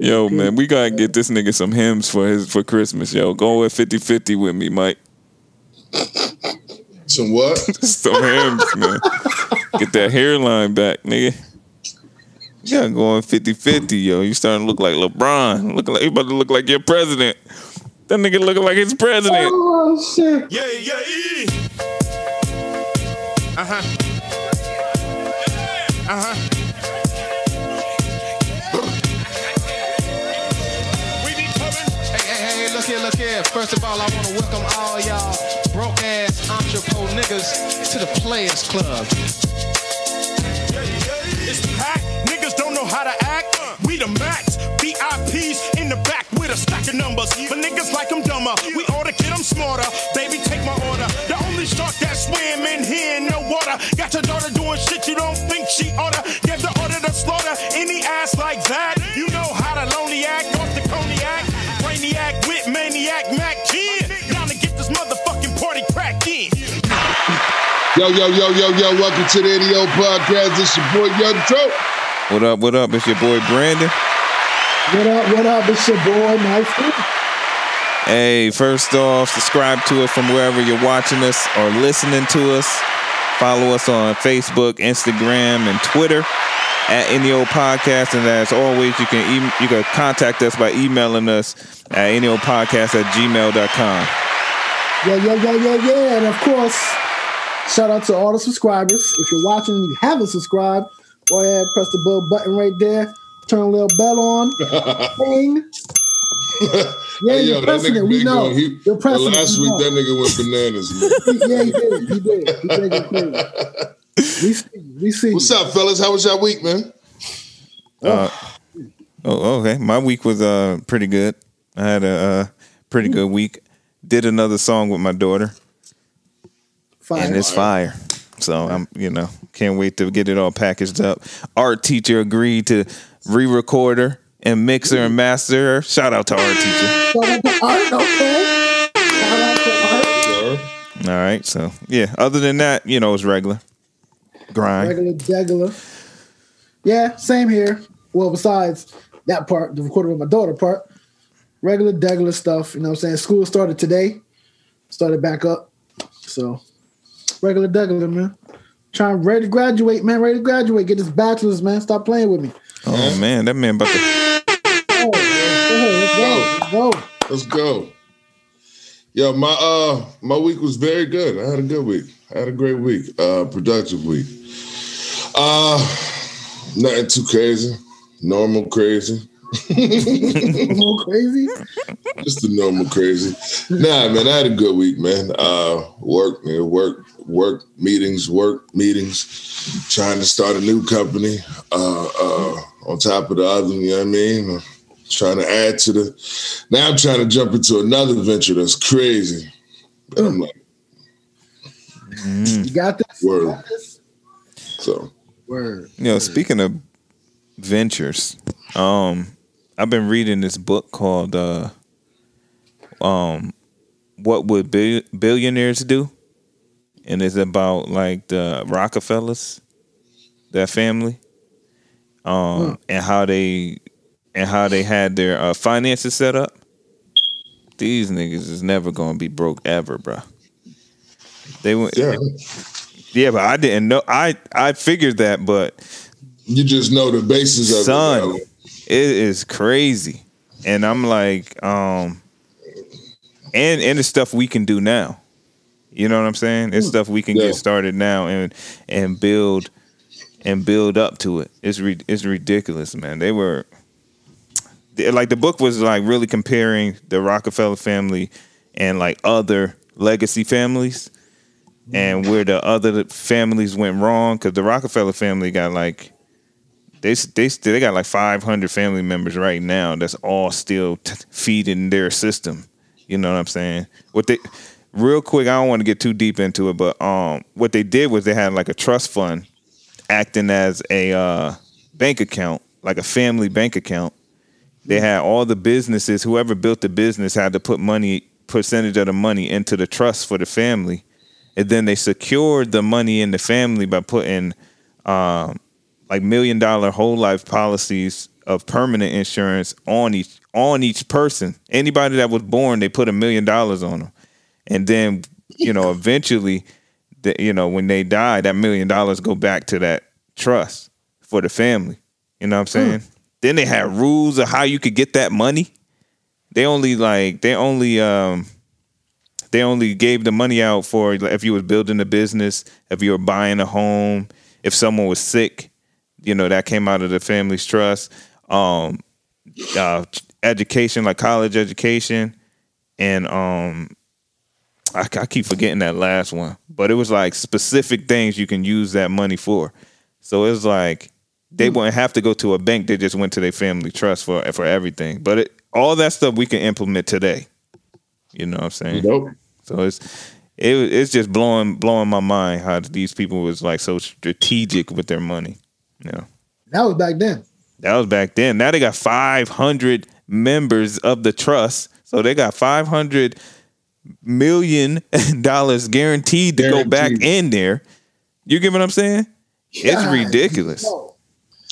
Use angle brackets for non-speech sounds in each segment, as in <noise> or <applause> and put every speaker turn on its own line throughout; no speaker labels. Yo, man, we gotta get this nigga some hymns for his for Christmas, yo. Go with 50-50 with me, Mike. <laughs>
Some what?
some hymns, man. Get that hairline back, nigga. You gotta go on 50-50, yo. You starting to look like LeBron. Look like you about to look like your president. That nigga looking like his president.
Oh shit!
Yeah, yeah, yeah. Uh huh. Uh huh. We be coming.
Hey, hey, hey, look here, look here. First of all, I want to welcome all y'all broke ass entrepreneur niggas to the Players Club.
It's packed. Niggas don't know how to act. We the max. VIPs in the back with a stack of numbers. For niggas like I'm dumber. We order, get 'em smarter. Baby, take my order. The only shark that swim in here in the water. Got your daughter doing shit you don't think she oughta. Give the order to slaughter any ass like that. You know how to lonely act off the cognac. Brainiac with maniac Mac Kid. Now to get this motherfucking party cracked in.
Yo, yo, yo, yo, yo, welcome to the NEO podcast. This your boy Young Trope.
What up, what up? It's your boy Brandon.
What up? What up? It's your boy, Nice.
Hey, first off, subscribe to us from wherever you're watching us or listening to us. Follow us on Facebook, Instagram, and Twitter at NEO Podcast. And as always, you can em you can contact us by emailing us at E Podcast at gmail.com.
Yeah, yeah, yeah, yeah, yeah. And of course, shout out to all the subscribers. If you're watching and you haven't subscribed, go ahead, press the bell button right there. Turn a little bell
<laughs>
on. Ding. Yeah,
Hey,
you're
yo, that
pressing it.
nigga
We
been
know.
going. He,
you're pressing it.
last
We
week,
know.
that nigga went bananas, man.
yeah, he did. He did. He did. He did. We see
<laughs>
you. We see
What's
you.
up, fellas? How was your week, man?
Oh, okay. My week was uh pretty good. I had a uh, pretty good week. Did another song with my daughter, and
Fine.
it's fire. So I'm, you know, can't wait to get it all packaged up. Art teacher agreed to re-record her and mix her and master her. Shout out to art teacher.
Shout out to Art, okay. Shout out to Art.
All right. So yeah. Other than that, you know, it's regular grind.
Regular juggler. Yeah, same here. Well, besides that part, the recording with my daughter part, regular juggler stuff. You know what I'm saying? School started today, started back up. So, regular juggler, man. Trying ready to graduate, man. Ready to graduate. Get this bachelor's, man. Stop playing with me.
Oh man, that man about to.
Oh, man. Go ahead, let's go. Let's go.
Let's go. Yeah, my uh my week was very good. I had a good week. I had a great week. Uh productive week. Uh nothing too crazy. Normal crazy.
Come on, crazy.
Just the normal crazy. Nah, man, I had a good week, man. Uh work, man, work, work, meetings, work, meetings, trying to start a new company. Uh uh on top of the other, you know what I mean? Trying to add to the now I'm trying to jump into another venture that's crazy. And I'm like,
You got this. You
Word.
got this.
so
Word.
You know, speaking of ventures, um, I've been reading this book called uh, um, "What Would Bill- Billionaires Do," and it's about like the Rockefellers, that family, um, and how they and how they had their uh, finances set up. These niggas is never gonna be broke ever, bro. They went,
yeah.
yeah, but I didn't know. I I figured that, but
You just know the basis of it.
son
though.
it is crazy and i'm like um and and it's stuff we can do now you know what i'm saying it's stuff we can
Yeah.
get started now and and build and build up to it it's re- it's ridiculous man they were they- like the book was like really comparing the rockefeller family and like other legacy families and where the other families went wrong because the rockefeller family got like they they they got like 500 family members right now that's all still t- feeding their system you know what i'm saying what they real quick i don't want to get too deep into it but um what they did was they had like a trust fund acting as a uh bank account like a family bank account they had all the businesses whoever built the business had to put money percentage of the money into the trust for the family and then they secured the money in the family by putting um like million dollar whole life policies of permanent insurance on each on each person. Anybody that was born, they put a million dollars on them, and then you know eventually, the, you know when they die, that million dollars go back to that trust for the family. You know what I'm saying? Then they had rules of how you could get that money. They only like they only um they only gave the money out for like, if you was building a business, if you were buying a home, if someone was sick, you know that came out of the family's trust. Um, uh, education, like college education, and um, I, I keep forgetting that last one, but it was like specific things you can use that money for. So it was like they wouldn't have to go to a bank; they just went to their family trust for for everything. But it, all that stuff we can implement today. You know what I'm saying?
Nope.
So it's it it's just blowing blowing my mind how these people was like so strategic with their money. Yeah.
That was back then. <laughs>
That was back then. Now they got 500 members of the trust. So they got 500 million <laughs> dollars guaranteed to go back
Guaranteed.
in there. You get what I'm saying? It's
God.
ridiculous.
No.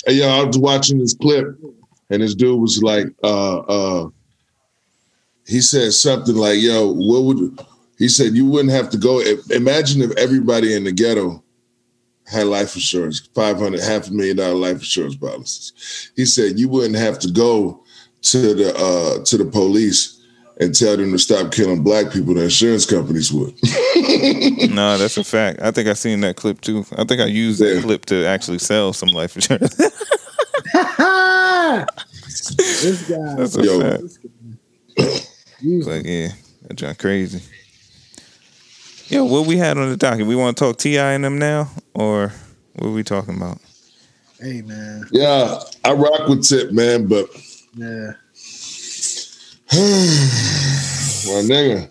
Hey, yo, I was watching this clip, and this dude was like, uh, uh, he said something like, "Yo, what would?" He said, "You wouldn't have to go. If, imagine if everybody in the ghetto had life insurance, five hundred, half a million dollar life insurance policies." He said, "You wouldn't have to go to the uh, to the police and tell them to stop killing black people. The insurance companies would." <laughs>
No, that's a fact. I think I seen that clip too. I think I used
Yeah.
that clip to actually sell some life insurance. <laughs>
Ha! this guy.
that's a
Yo.
fact.
You,
But yeah, that John crazy. Yo, what we had on the docket? We want to talk Ti and them now, or what we talking about?
hey man.
yeah, I rock with Tip, man, but
Yeah.
my nigga,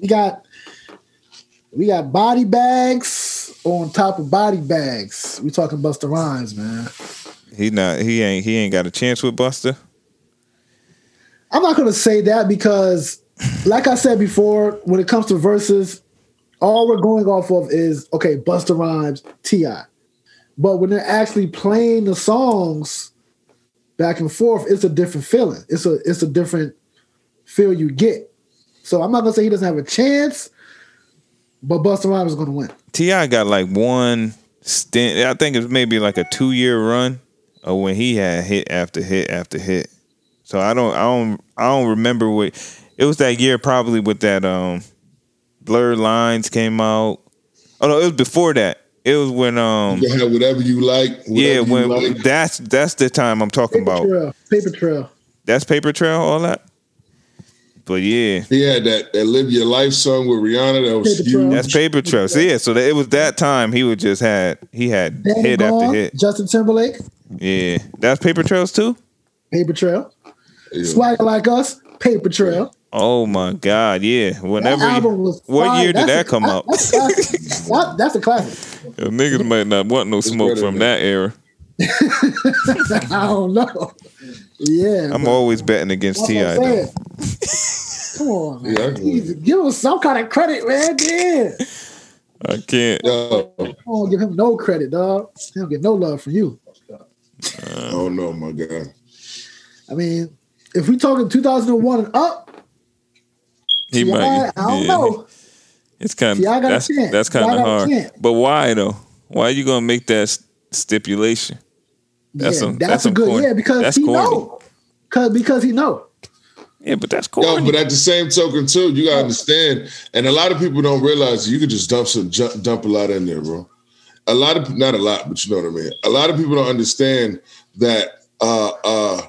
We got we got body bags on top of body bags. We talking Busta Rhymes, man.
He not. He ain't. He ain't got a chance with Buster.
I'm not gonna say that because, like I said before, when it comes to verses, all we're going off of is okay, Busta Rhymes, Ti. But when they're actually playing the songs back and forth, it's a different feeling. It's a it's a different feel you get. So I'm not gonna say he doesn't have a chance, but Busta Rhymes is gonna win.
Ti got like one stint. I think it's maybe like a two year run of when he had hit after hit after hit. So I don't. I don't. I don't remember what. It was that year probably with that um, blurred lines came out. Oh no, it was before that. It was when um.
you can have whatever you like.
Yeah,
whatever you
when
like.
that's that's the time I'm talking
Paper
about.
trail, paper trail.
That's paper trail, all that. But yeah,
He had that, that "Live Your Life" song with Rihanna. That was
Paper
huge.
Trail.
that's paper trail. So yeah, so that, it was that time he would just had he had
Danny
hit
Gone,
after hit.
Justin Timberlake,
Yeah, that's paper trails too.
paper trail.
Yeah.
Swagger like us, paper trail.
Oh my god, yeah. Whenever
that
he-
album was
what
fire.
year did
That's
that
a-
come out?
That's, classic. That- <laughs> that's a classic. <laughs>
Yo, Niggas might not want no smoke
better
from
than-
that era.
I don't know. Yeah,
I'm
but
always betting against
that's what
Ti.
I'm
though.
saying. Come on, man.
Yeah, I agree.
Jesus, give him some kind of credit, man. Yeah,
I can't.
Yo,
I don't give him no credit, dog. He don't get no love from you.
oh no, my God!
I mean, if we talking 2001 and up,
He
yeah,
might.
I don't
yeah.
know.
It's kind of
See, I got a
that's
chance.
that's
I
kind
got
of
a
hard.
chance.
But why though? Why are you gonna make that s- stipulation? That's
yeah,
a-
that's,
that's
a
a
good
corny-
yeah because
that's
he
corny.
know, cause because he know.
Yeah, but that's cool.
Yo, but at the same token, too, you gotta understand, and a lot of people don't realize you could just dump some ju- dump a lot in there, bro. A lot of not a lot, but you know what I mean. A lot of people don't understand that uh uh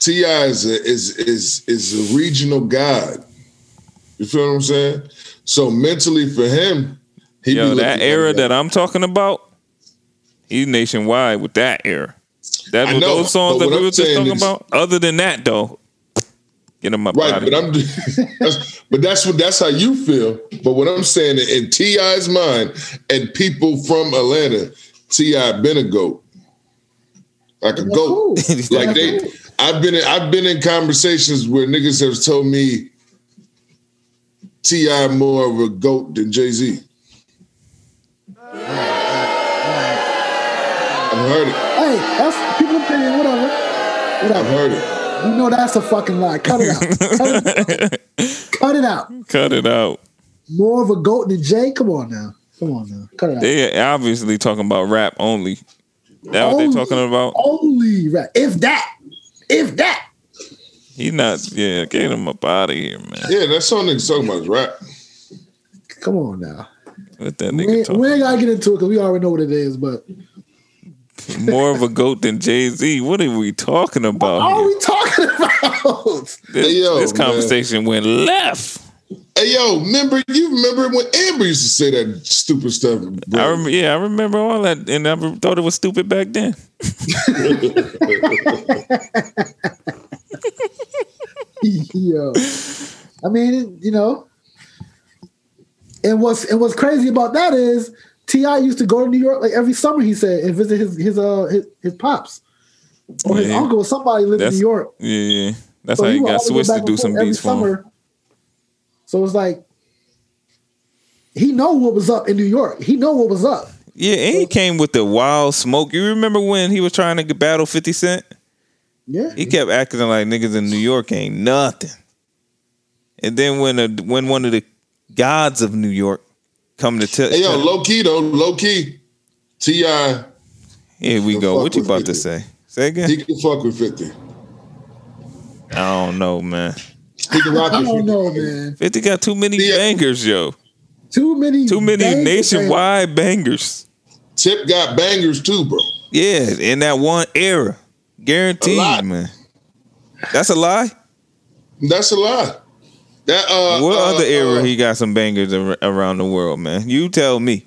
Ti is a, is is is a regional god. You feel what I'm saying? So mentally for him, he
Yo, that
looking
era
at
that I'm talking about, he's nationwide with that era. That
I
was
know,
those songs
but
that
what
we
I'm
were just
saying
talking
is-
about. Other than that, though, get him up
Right,
out
but I'm, <laughs> that's, but that's what that's how you feel. But what I'm saying in Ti's mind and people from Atlanta, Ti been a goat, like a
That's
goat. <laughs>
cool.
Like they, I've been in, I've been in conversations where niggas have told me Ti more of a goat than Jay Z. I've heard it.
Hey, that's opinion, whatever.
I've
Whatever.
heard it.
You know that's a fucking lie. Cut it
<laughs>
out. Cut it out. Cut it out.
Cut it out.
More of a goat than Jay. Come on now. Come on now. Cut it out.
They obviously talking about rap only. That what they
Only-
talking about?
Only rap. If that. If that.
He not. Yeah, get him up out of here, man.
Yeah, that's all niggas talking about is rap.
Come on now.
Let that
We,
nigga
ain't-
talk.
we ain't gotta get into it because we already know what it is. But
More of a goat than Jay Z. What are we talking
all
about? Here?
we talking <laughs> about?
This,
Hey, yo,
this
man.
conversation went left.
Hey yo, remember you remember when Amber used to say that stupid stuff? Bro?
I rem- yeah, I remember all that, and I re- thought it was stupid back then.
<laughs> Yo, I mean, you know, and what's and what's crazy about that is Ti used to go to New York like every summer. He said and visit his his uh his, his pops or his
Yeah.
uncle or somebody lived in
That's-
New York.
Yeah, yeah. That's
So
how
he
he
would
got
always go
switched
back
to
and
do
forth
some
every
beats for him.
So it's like he know what was up in New York. He know what was up.
Yeah, and he came with the wild smoke. You remember when he was trying to get battle Fifty Cent?
Yeah,
He kept acting like niggas in New York ain't nothing. And then when a, when one of the gods of New York come to tell,
hey yo, low key though, low key, Ti
here we go.
fuck
What you
with
about to
Fifty.
say? Say again.
he can fuck with fifty.
I don't know, man.
He can rock
<laughs> I
with
don't
50.
know, man.
Fifty got too many
Yeah.
bangers, yo.
Too many,
Too many
bangers,
nationwide bangers.
Tip got bangers too, bro.
Yeah, in that one era, guaranteed,
A lot.
man. That's a lie.
That's a lie. That uh,
What
uh,
other era
uh,
he got some bangers ar- around the world, man? You tell me.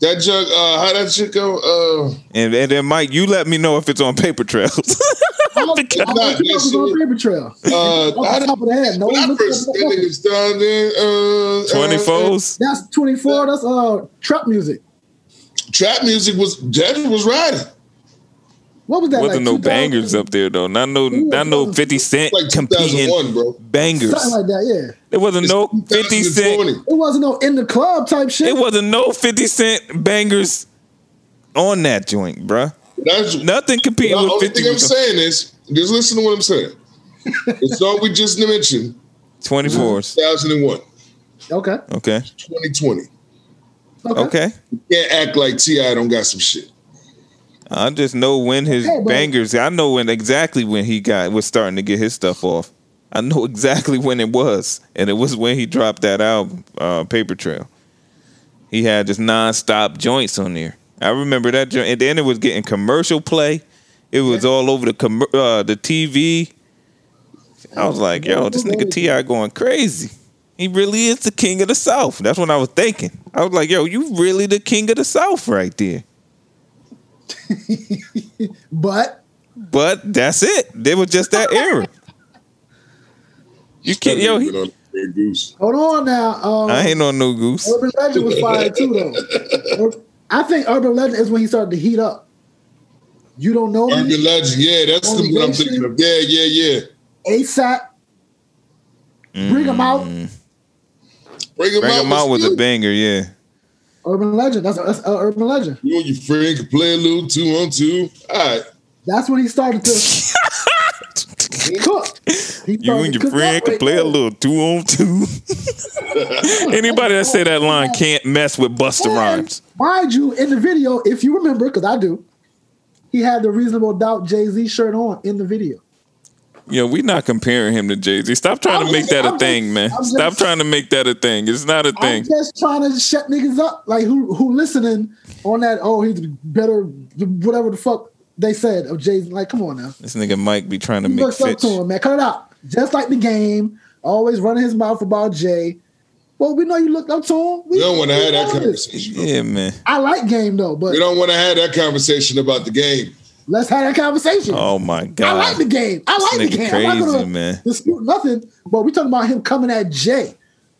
that jug? Uh, how that shit go?
<laughs>
Uh,
And, and then Mike, you let me know if it's on paper trails. <laughs>
Uh,
I don't think I don't
Nah,
think it
that
was
shit-
on paper trail.
uh,
Off
how
the
did-
top of the head, no.
when I
look it
first
up,
that
look it up.
nigga's done then. Uh,
Twenty
uh,
foes.
That's 24. That's uh trap music.
trap music was that was riding.
What was that?
Wasn't
like,
no
2000?
bangers up there though. Not no, not no Fifty Cent
Like
competing
2001, bro.
bangers.
Something like that,
There wasn't no Fifty Cent.
2020.
yeah. It wasn't no in the club type shit.
There wasn't no Fifty Cent bangers on that joint, bruh.
That's
Nothing
The
competing with
only
Fifty.
thing I'm saying is, just listen to what
<laughs>
I'm saying. the song we just mentioned,
Twenty fours.
2001,
okay.
Okay.
2020.
Okay.
Okay.
Can't act like Ti don't got some shit.
I just know when his
Hey, bro.
bangers. I know when exactly when he got was starting to get his stuff off. I know <laughs> exactly when it was, and it was when he dropped that album, uh, Paper Trail. He had just nonstop joints on there. I remember that joint, and then it was getting commercial play. It was all over the com- uh, the TV. I was like, yo, this nigga Ti going crazy. He really is the king of the South. That's what I was thinking. I was like, yo, you really the king of the South right there.
But
But that's it. They were just that era. You can't, yo. He,
Been on Red Goose.
hold on now. Um,
I ain't on no goose.
Urban Legend was fire too, though. Ur- I think Urban Legend is when he started to heat up. You don't know me.
Mm.
Urban Legend, yeah, that's the what I'm thinking of. Yeah, yeah, yeah.
ASAP. Bring him
Mm.
out.
Bring him
Bring
out.
him out was a banger, yeah.
Urban Legend. That's, that's uh, Urban Legend.
You and your friend can play a little two on two. All right.
That's when
<laughs>
he started to cook. He
You and
started to
your
cook
friend
up
can
right
play a
there.
little two on two. <laughs> Anybody that say that line can't mess with Buster
And,
Rhymes.
Mind you, in the video, if you remember, because I do, he had the reasonable doubt Jay Z shirt on in the video.
Yo, we not comparing him to Jay Z. Stop trying
I'm
to make
just-
that a
I'm
thing,
just-
man.
I'm
Stop
just-
trying to make that a thing. It's not a
I'm
thing.
just trying to shut niggas up, like who who listening on that. Oh, he's better, whatever the fuck they said of Jay Z. Like, come on now,
This nigga Mike be trying to
he
make
looks up
fits.
to him, man. Cut it out. Just like the game, always running his mouth about Jay. Well, we know you looked up to him.
We don't want to have that
know this.
conversation.
Yeah, man.
I like game though, but
We don't want to have that conversation about the game.
let's have that conversation.
Oh my
I like
god.
the game. I like
nigga
the game. I'm not
crazy,
gonna
man.
dispute nothing. But we talking about him coming at Jay.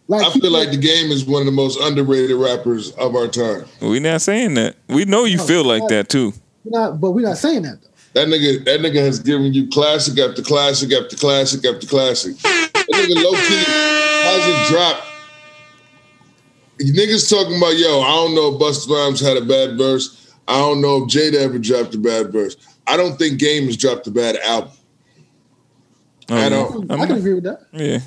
Like
I feel like the game is one of the most underrated rappers of our time.
We not saying that. We know
Oh,
you feel like that too.
we're not, but we're not saying that though.
That nigga, that nigga has given you classic after classic after classic after classic. That nigga low key hasn't dropped. You niggas talking about yo, I don't know if Busta Rhymes had a bad verse. I don't know if Jada ever dropped a bad verse. I don't think Game has dropped a bad album. I don't.
I can agree with that.
Um, Yeah.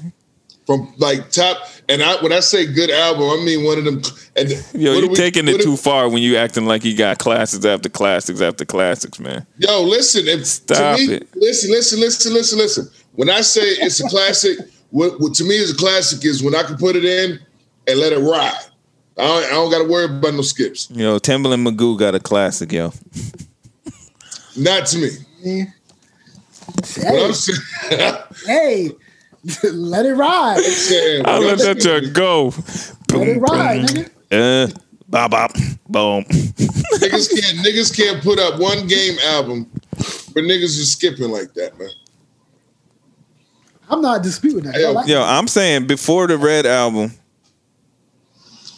From like top, and I when I say good album, I mean one of them. And
Yo,
what do
you're
we-
taking
what
it
do-
too far when you acting like you got classics after classics after classics, man.
Yo, listen. If,
Stop
to me,
it.
Listen, listen, listen, listen, listen. When I say it's a classic, what, what to me is a classic is when I can put it in and let it ride. I don't, I don't got to worry about no skips.
Yo, Timbaland Magoo got a classic, yo.
Not to me.
Yeah.
But
Hey,
I'm saying, <laughs>
hey, <laughs> let it ride.
saying
I let that
niggas,
jerk go.
Let it ride, nigga.
Uh, bop, bop, boom.
can't niggas can't put up one game album, but niggas is skipping like that, man.
I'm not disputing that. I
Yo,
like-
Yo, I'm saying before the Red album,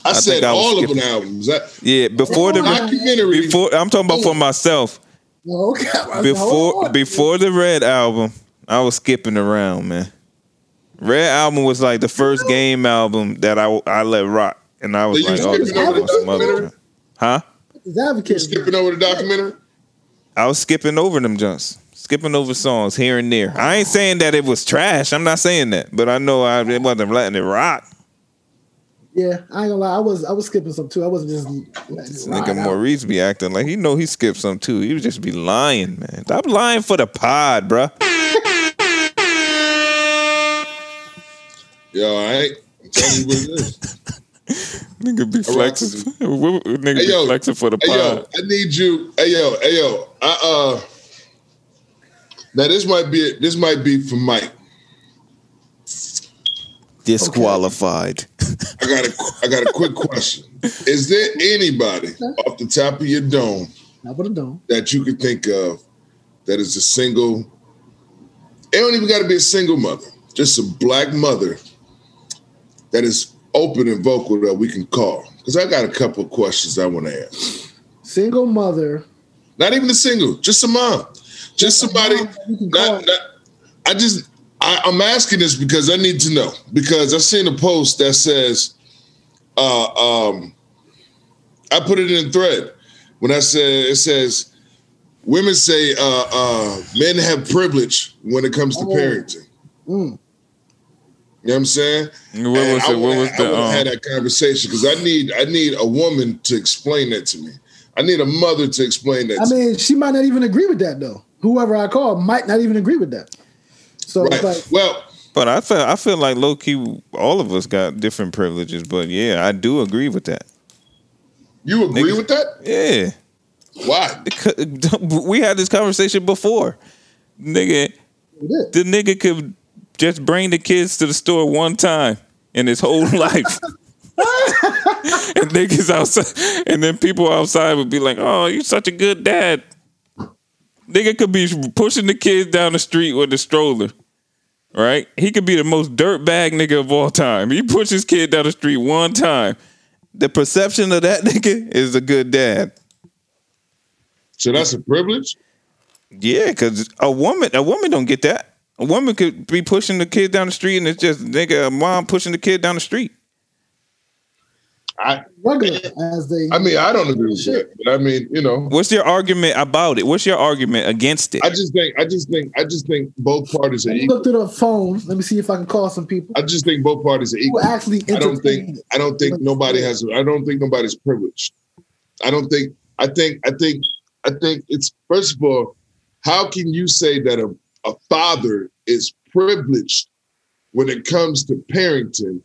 I,
think
said
I was
all of
skipping.
them albums. That
yeah, before the Red-
documentary.
before I'm talking about for myself.
Well, Oh, okay. I was like, oh, hold
Before
on.
before the Red album, I was skipping around, man. Red album was like the first game album that I I let rock, and I was
So you
like, oh, this
skipping
is some
over
other
the
crap. Huh?
His advocate.
skipping over the documentary.
I was skipping over them jumps, skipping over songs here and there. I ain't saying that it was trash. I'm not saying that, but I know I it wasn't letting it rock.
Yeah, I ain't gonna lie. I was I was skipping some too. I wasn't just letting
This
it
nigga
ride out.
Maurice be acting like he know he skipped some too. He would just be lying, man. Stop lying for the pod, bruh.
Yo, I ain't I'm telling you what it is.
Nigga be flexing. <laughs> nigga
Hey, yo.
be flexing for the
Hey yo,
pod.
I need you. Hey yo, hey yo. I uh. Now this might be this might be for Mike.
Disqualified.
I got a I got a quick question. Is there anybody off the top of your dome
Not what I'm doing.
that you could think of that is a single? It don't even got to be a single mother, just a black mother that is open and vocal that we can call. Because I got a couple of questions I want to ask.
Single mother.
Not even a single, just a mom, just somebody.
mom that you can call.
Not, not, I just I, I'm asking this because I need to know because I seen a post that says, uh, um, I put it in a thread when I said it says women say uh, uh, men have privilege when it comes to parenting.
Oh. Mm.
You know what I'm saying?
What was
I
it? What
would've-
was
I would've had
the um,
that conversation because I need I need a woman to explain that to me. I need a mother to explain that.
I
to me.
mean, she might not even agree with that though. Whoever I call might not even agree with that. So
Right.
it's like
well,
But I feel I feel like low key all of us got different privileges, but yeah, I do agree with that.
you agree
Niggas-
with that?
Yeah. <laughs>
Why?
Because- We had this conversation before. Nigga,
it is.
the nigga could just bring the kids to the store one time in his whole <laughs> life. and niggas outside, and then people outside would be like, "Oh, you such a good dad." Nigga could be pushing the kids down the street with the stroller, right? He could be the most dirtbag nigga of all time. He pushed his kid down the street one time. The perception of that <laughs> nigga is a good dad.
So that's a privilege.
Yeah, because a woman, a woman don't get that. A woman could be pushing the kid down the street, and it's just nigga, a mom pushing the kid down the street.
I
regular as they.
I mean I don't agree with that, but I mean you know
What's your argument about it? What's your argument against it?
I just think I just think I just think both parties are
Let me
equal.
look through the phone. Let me see if I can call some people
I just think both parties are
who
equal.
actually.
I don't
entertain
think
it.
I don't think nobody has I don't think nobody's privileged. I don't think I think I think I think it's first of all, how can you say that a, a father is privileged when it comes to parenting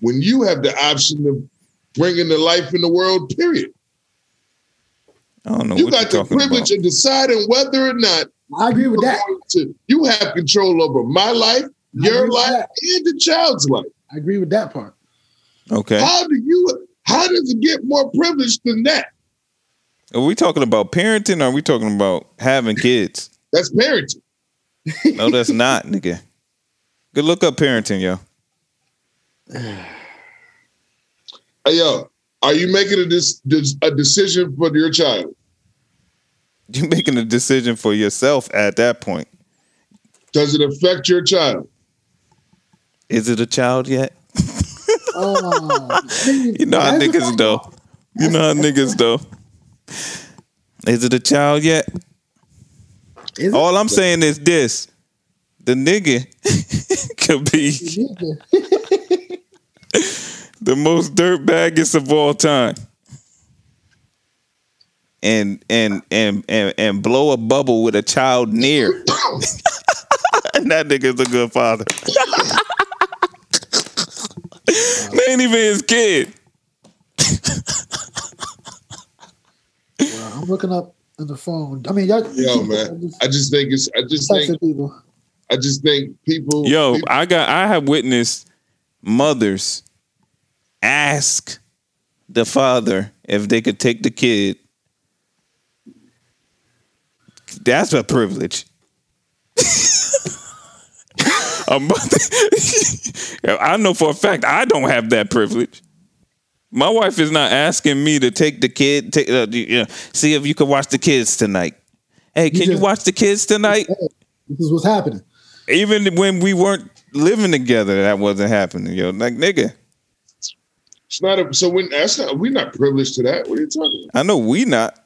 when you have the option of bringing the life in the world, period?
I don't know.
You
what
got
you're
the
talking
privilege
about.
of deciding whether or not
I agree with that.
to- you have control over my life,
agree
your
with
life,
that.
and the child's life.
I agree with that part.
Okay,
How do you? How does it get more privileged than that?
are we talking about parenting? Or are we talking about having kids?
That's parenting.
No, that's
<laughs>
not, nigga. Good look up parenting, yo.
Hey, yo, are you making a, dis- dis- a decision for your child?
You're making a decision for yourself at that point.
Does it affect your child?
Is it a child yet?
Oh,
You know how niggas though. You know how niggas though. Is it a child yet?
Is it?
All I'm saying is this: the nigga <laughs> could be the most dirtbaggest of all time, and and and and and blow a bubble with a child near. <laughs> and that nigga's a good father. <laughs> they ain't even his kid.
I'm looking up on the phone. I mean, y'all.
Yo, man. I just think it's. I just
Types
think.
of people.
I just think people.
Yo,
people-
I got I have witnessed mothers ask the father if they could take the kid. That's a privilege. <laughs> a mother, <laughs> I know for a fact I don't have that privilege. My wife is not asking me to take the kid. Take, uh, you know, see if you can watch the kids tonight. Hey, can you
just-
watch the kids tonight?
This is what's happening.
even when we weren't living together, that wasn't happening, yo. Like nigga,
it's not. A, so when that's not. We're not privileged to that. What are you talking about?
I know we not.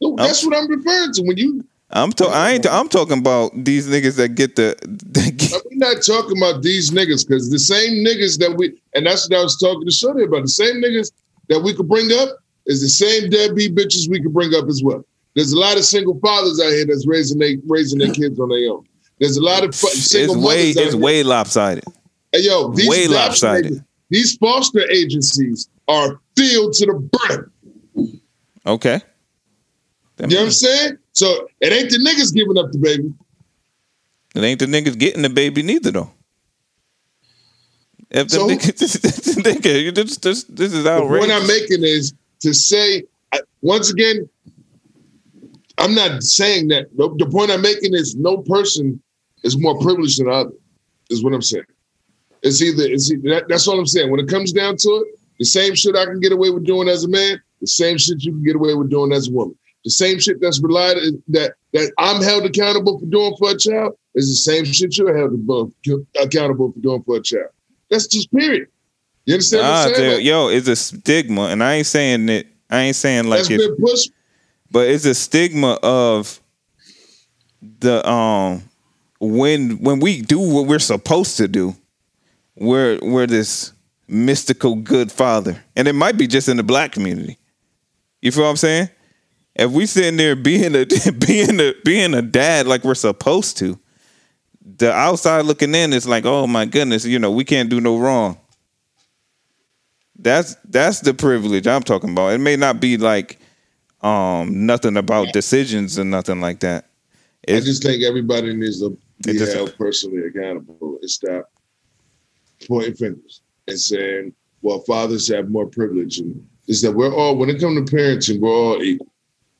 No, that's what I'm referring to. When you,
I'm to, I ain't. I'm talking about these niggas that get the. <laughs> That get,
we're not talking about these niggas because the same niggas that we, and that's what I was talking to Shorty about. The same niggas that we could bring up is the same deadbeat bitches we could bring up as well. There's a lot of single fathers out here that's raising they raising their kids on their own. There's a lot of fu-
it's
single
way.
mothers out
It's
here-
way lopsided.
Hey, yo, these
Way
adoption
lopsided.
agen- These foster agencies are filled to the brim.
Okay. That
You know what I'm
means-
saying? So it ain't the niggas giving up the baby.
it ain't the niggas getting the baby neither though. If the <laughs>
So-
niggas, nigga, you- this, this, this is
The
outrageous.
point I'm making is to say, I, once again, I'm not saying that. No, the point I'm making is no person is more privileged than the other. Is what I'm saying. It's either it's either, that, that's all I'm saying. When it comes down to it, the same shit I can get away with doing as a man, the same shit you can get away with doing as a woman. The same shit that's relied that that I'm held accountable for doing for a child is the same shit you're held above, accountable for doing for a child. That's just period. You understand
Nah,
what I'm saying?
Ah, dude, yo, it's a stigma, and I ain't saying that. I ain't saying like
That's
it's
been pushed
but it's a stigma of the um when when we do what we're supposed to do we're we're this mystical good father and it might be just in the black community you feel what i'm saying if we sitting there being a <laughs> being a being a dad like we're supposed to the outside looking in is like oh my goodness you know we can't do no wrong that's that's the privilege i'm talking about it may not be like um nothing about decisions and nothing like that.
I
It's
just think everybody needs to
It
be
just-
held personally accountable and stop pointing fingers and saying, well, fathers have more privilege. And is that we're all, when it comes to parenting, we're all equal.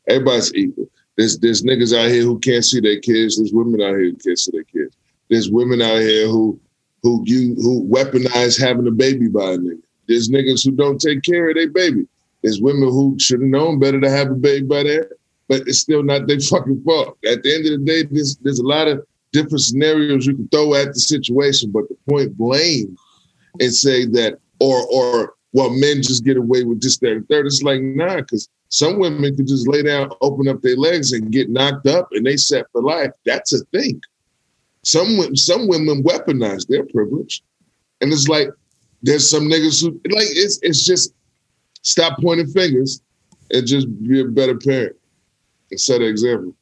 Everybody's equal. There's, there's niggas out here who can't see their kids. There's women out here who can't see their kids. There's women out here who who you who weaponize having a baby by a nigga. There's niggas who don't take care of their baby. There's women who should have known better to have a baby by their but it's still not their fucking fault. At the end of the day, there's, there's a lot of different scenarios you can throw at the situation, but the point blame and say that, or or well, men just get away with this, that, and third. It's like nah, because some women could just lay down, open up their legs, and get knocked up, and they set for life. That's a thing. Some wo- some women weaponize their privilege, and it's like there's some niggas who like it's it's just stop pointing fingers and just be a better parent and set an example.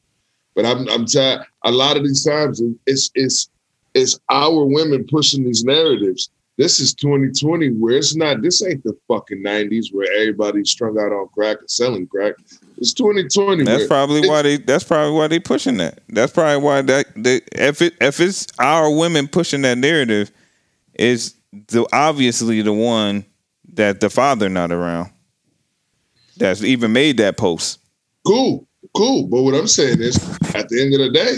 But I'm I'm tired. A lot of these times, it's it's it's our women pushing these narratives. This is 2020, where it's not. This ain't the fucking 90s where everybody's strung out on crack and selling crack. It's 2020.
that's
where-
probably why they that's probably why they pushing that. That's probably why that they, if it if it's our women pushing that narrative is the obviously the one that the father not around that's even made that post.
Cool, cool. But what I'm saying is, at the end of the day,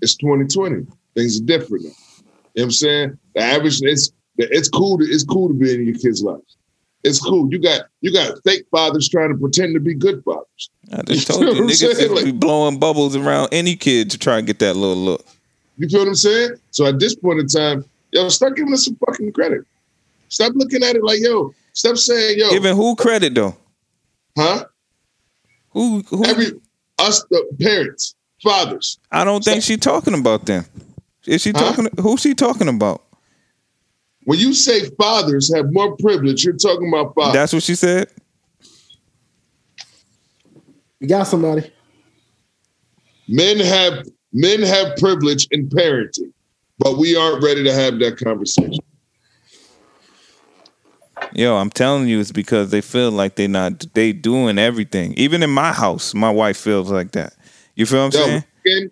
it's 2020. Things are different. Now. You know what I'm saying? The average it's it's cool to it's cool to be in your kids' lives. It's cool. You got you got fake fathers trying to pretend to be good fathers.
I just
You
told you,
know what I'm
niggas
saying?
just be
Like-
blowing bubbles around any kid to try and get that little look.
You feel what I'm saying? So at this point in time, yo, start giving us some fucking credit. Stop looking at it like yo. Stop saying yo,
Giving who credit though?
huh?
Who who
Every us the parents, fathers.
I don't think she's talking about them. Is she talking? Who's she talking about?
When you say fathers have more privilege, you're talking about fathers.
That's what she said.
You got somebody.
men have men have privilege in parenting, but we aren't ready to have that conversation.
Yo, I'm telling you, it's because they feel like they not they doing everything. Even in my house, my wife feels like that. You feel what I'm
No,
saying?
again,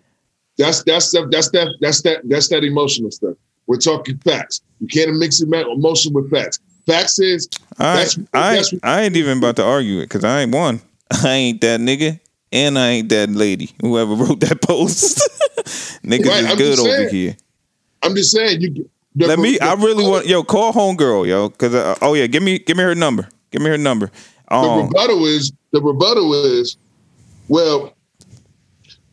that's that's that that's that that's that that's that emotional stuff. We're talking facts. You can't mix emo- emotion with facts. Facts is
I
that's,
ain't- I
that's
ain't- I ain't even about to argue it because I ain't one. <laughs> I ain't that nigga, and I ain't that lady. Whoever <laughs> wrote that post, <laughs> niggas
Right,
is
I'm
good
just
over
saying.
here.
I'm just saying you. the-
Let me.
the-
I really want yo call homegirl yo because uh, oh yeah, give me give me her number. Give me her number.
The
Um,
rebuttal is the rebuttal is, well,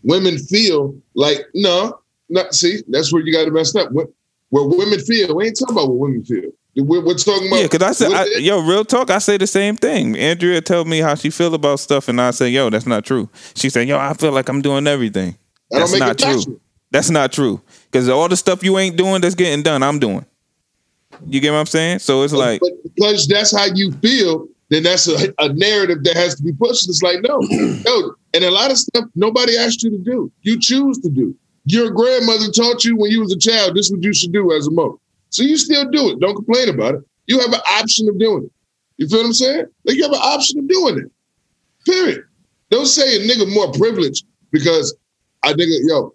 women feel like no, not see. That's where you got to mess up. What where women feel? We ain't talking about what women feel. We're, we're talking about
yeah, because I said
what
I,
they-
yo real talk. I say the same thing. Andrea tell me how she feel about stuff, and I say yo that's not true. She said yo I feel like I'm doing everything.
I don't
That's
make
not
it factual.
true. That's not true. Because all the stuff you ain't doing that's getting done, I'm doing. You get what I'm saying? So
Oh,
it's like,
but because that's how you feel, then that's a, a narrative that has to be pushed. It's
<clears throat>
like, no, no. And a lot of stuff nobody asked you to do. You choose to do. Your grandmother taught you when you was a child, this is what you should do as a mother. So you still do it. Don't complain about it. You have an option of doing it. You feel what I'm saying? Like you have an option of doing it. Period. Don't say a nigga more privileged because I nigga, yo,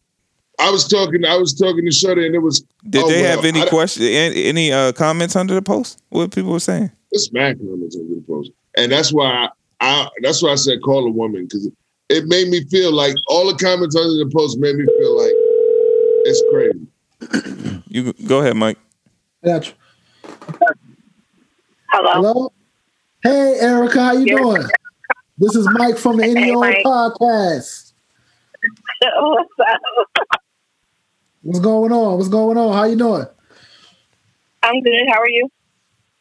I was talking, I was talking to Shutter and it was
did
oh,
they
well,
have any
I-
question, any, any uh, comments under the post? What people were saying?
it's mad comments on good post, and that's why I, I that's why I said call a woman because it made me feel like all the comments under the post made me feel like it's crazy.
You go ahead, Mike.
I got you.
Hello.
Hello. Hey, Erica, how you
Yeah.
doing? This is Mike from the Any
Hey,
Old
Mike.
Podcast.
<laughs> What's up?
What's going on? What's going on? How you doing?
I'm good. How are you?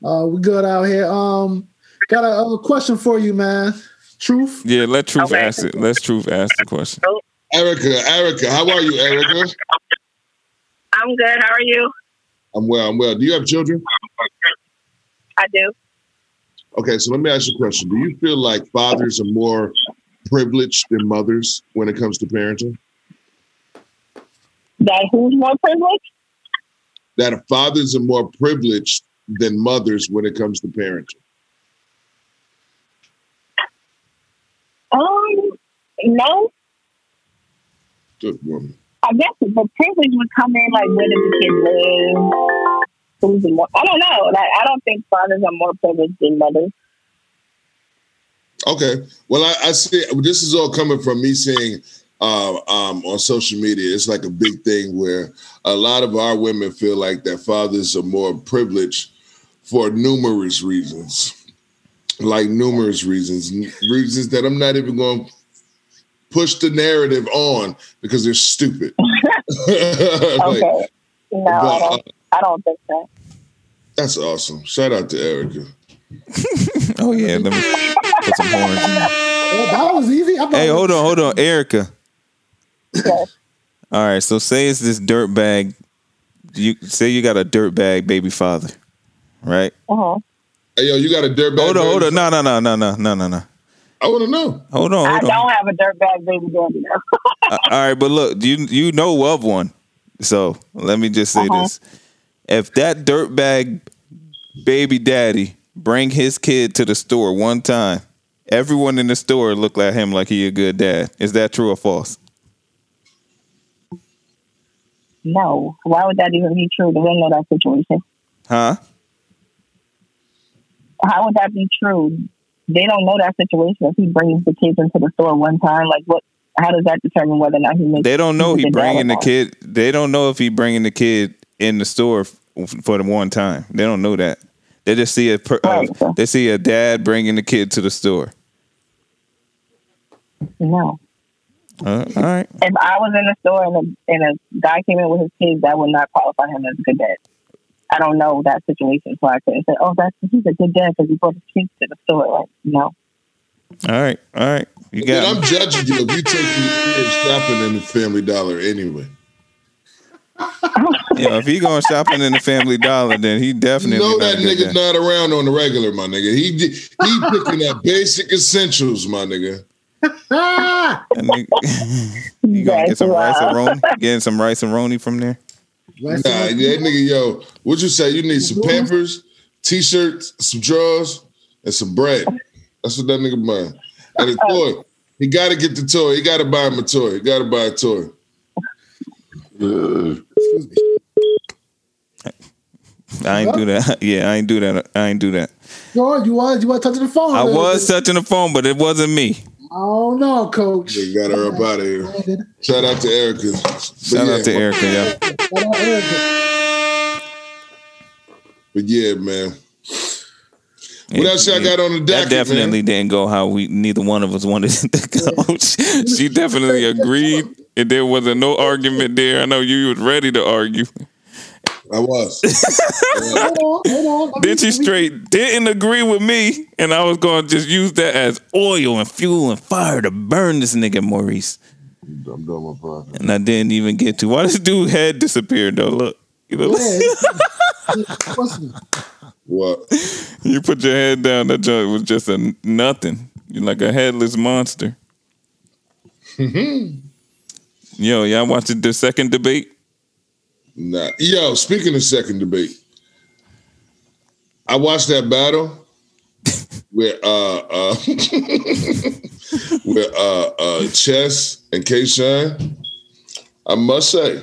Uh, we good out here. Um, got a, a question for you, man. Truth.
Yeah, let Truth
Okay.
ask it. Let's Truth ask the question. <laughs>
Erica, Erica, how are you, Erica?
I'm good. How are you?
I'm well. I'm well. Do you have children?
I do.
Okay, so let me ask you a question. Do you feel like fathers are more privileged than mothers when it comes to parenting?
That who's more privileged?
That fathers are more privileged than mothers when it comes to parenting.
Um, no.
Good woman.
I guess the privilege would come in like where does the kid live? Who's the more? I don't know. Like I don't think fathers are more privileged than mothers.
Okay. Well, I, I see. This is all coming from me seeing uh, um, on social media. It's like a big thing where a lot of our women feel like their fathers are more privileged for numerous reasons, like numerous reasons, n- reasons that I'm not even going to push the narrative on because they're stupid. <laughs> Like,
Okay. no, I
but, uh,
don't. I don't think so.
that's awesome. Shout out to Erica.
Oh yeah, let me put some horns. in.
Oh, that was easy. I'm
Hey, hold on, hold
<laughs>
on, Erica.
Yes.
All right, so say it's this dirt bag. You say you got a dirt bag baby father, right?
Uh-huh.
Hey, yo, you got a dirtbag?
Hold on,
baby?
hold on, no, no, no, no, no, no, no, no.
I want to know.
Hold on,
I
hold on.
don't have a dirtbag baby daddy. though. <laughs>
Uh, all right, but look, you you know of one. So let me just say
Uh-huh.
this: if that dirtbag baby daddy bring his kid to the store one time, everyone in the store look at him like he a good dad. Is that true or false?
No. Why would that even be true? We don't know that situation.
Huh?
how would that be true? They don't know that situation. If he brings the kids into the store one time, like what? How does that determine whether or not he makes?
They don't know
he's
he
a dad or
bringing the
not?
kid. They don't know if he bringing the kid in the store f- for the one time. They don't know that. They just see a per, uh,
Right.
they see a dad bringing the kid to the store.
No.
Uh, all right.
If I was in the store and a, and a guy came in with his kids, that would not qualify him as a good dad. I don't know that situation, so I couldn't say, "Oh, that's he's a good dad because he brought his kids to the store." Like, no,
All right, all right. You
And
got
I'm
me.
judging you if you taking your kids shopping in the Family Dollar anyway.
Yo, if he going shopping in the Family Dollar, then he definitely not
You know that
good
nigga's
there.
not around on the regular, my nigga. He he picking up basic essentials, my nigga.
Ah,
That nigga- <laughs> you gonna get some rice and roni? Getting some rice and roni from there?
Rice
Nah,
and
that nigga, yo, what you say? You need some Pampers, t-shirts, some drawers, and some bread. That's what that nigga buying. And a toy. He gotta get the toy. He gotta buy him a toy. He gotta buy a toy.
I ain't do that. <laughs> Yeah, I ain't do that. I ain't do that.
No, you was you was touching the phone. a
I
little
was
bit.
touching the phone, but it wasn't me.
Oh no, coach.
They got her up out of here. Shout out to Erica.
Shout out to Erica, yo.
Shout out Erica.
But yeah, man.
It-
What else y'all
it-
got on the
That
docket,
definitely
man?
didn't go how we neither one of us wanted it to go. <laughs> she definitely agreed, and there wasn't no argument there. I know you was ready to argue.
I <laughs> was.
Hold on, hold on.
Then she
Let me-
straight didn't agree with me, and I was going to just use that as oil and fuel and fire to burn this nigga Maurice.
I'm doing my part.
And I didn't even get to. Why this dude head disappeared though? Look, you, know,
Yeah.
<laughs>
Listen,
What?
you put your head down. That joint was just a nothing. You're like a headless monster.
Mm-hmm.
Yo, y'all watching the second debate?
Nah. Yo, speaking of second debate, I watched that battle with uh uh <laughs> with uh uh Chess and K Shine. I must say,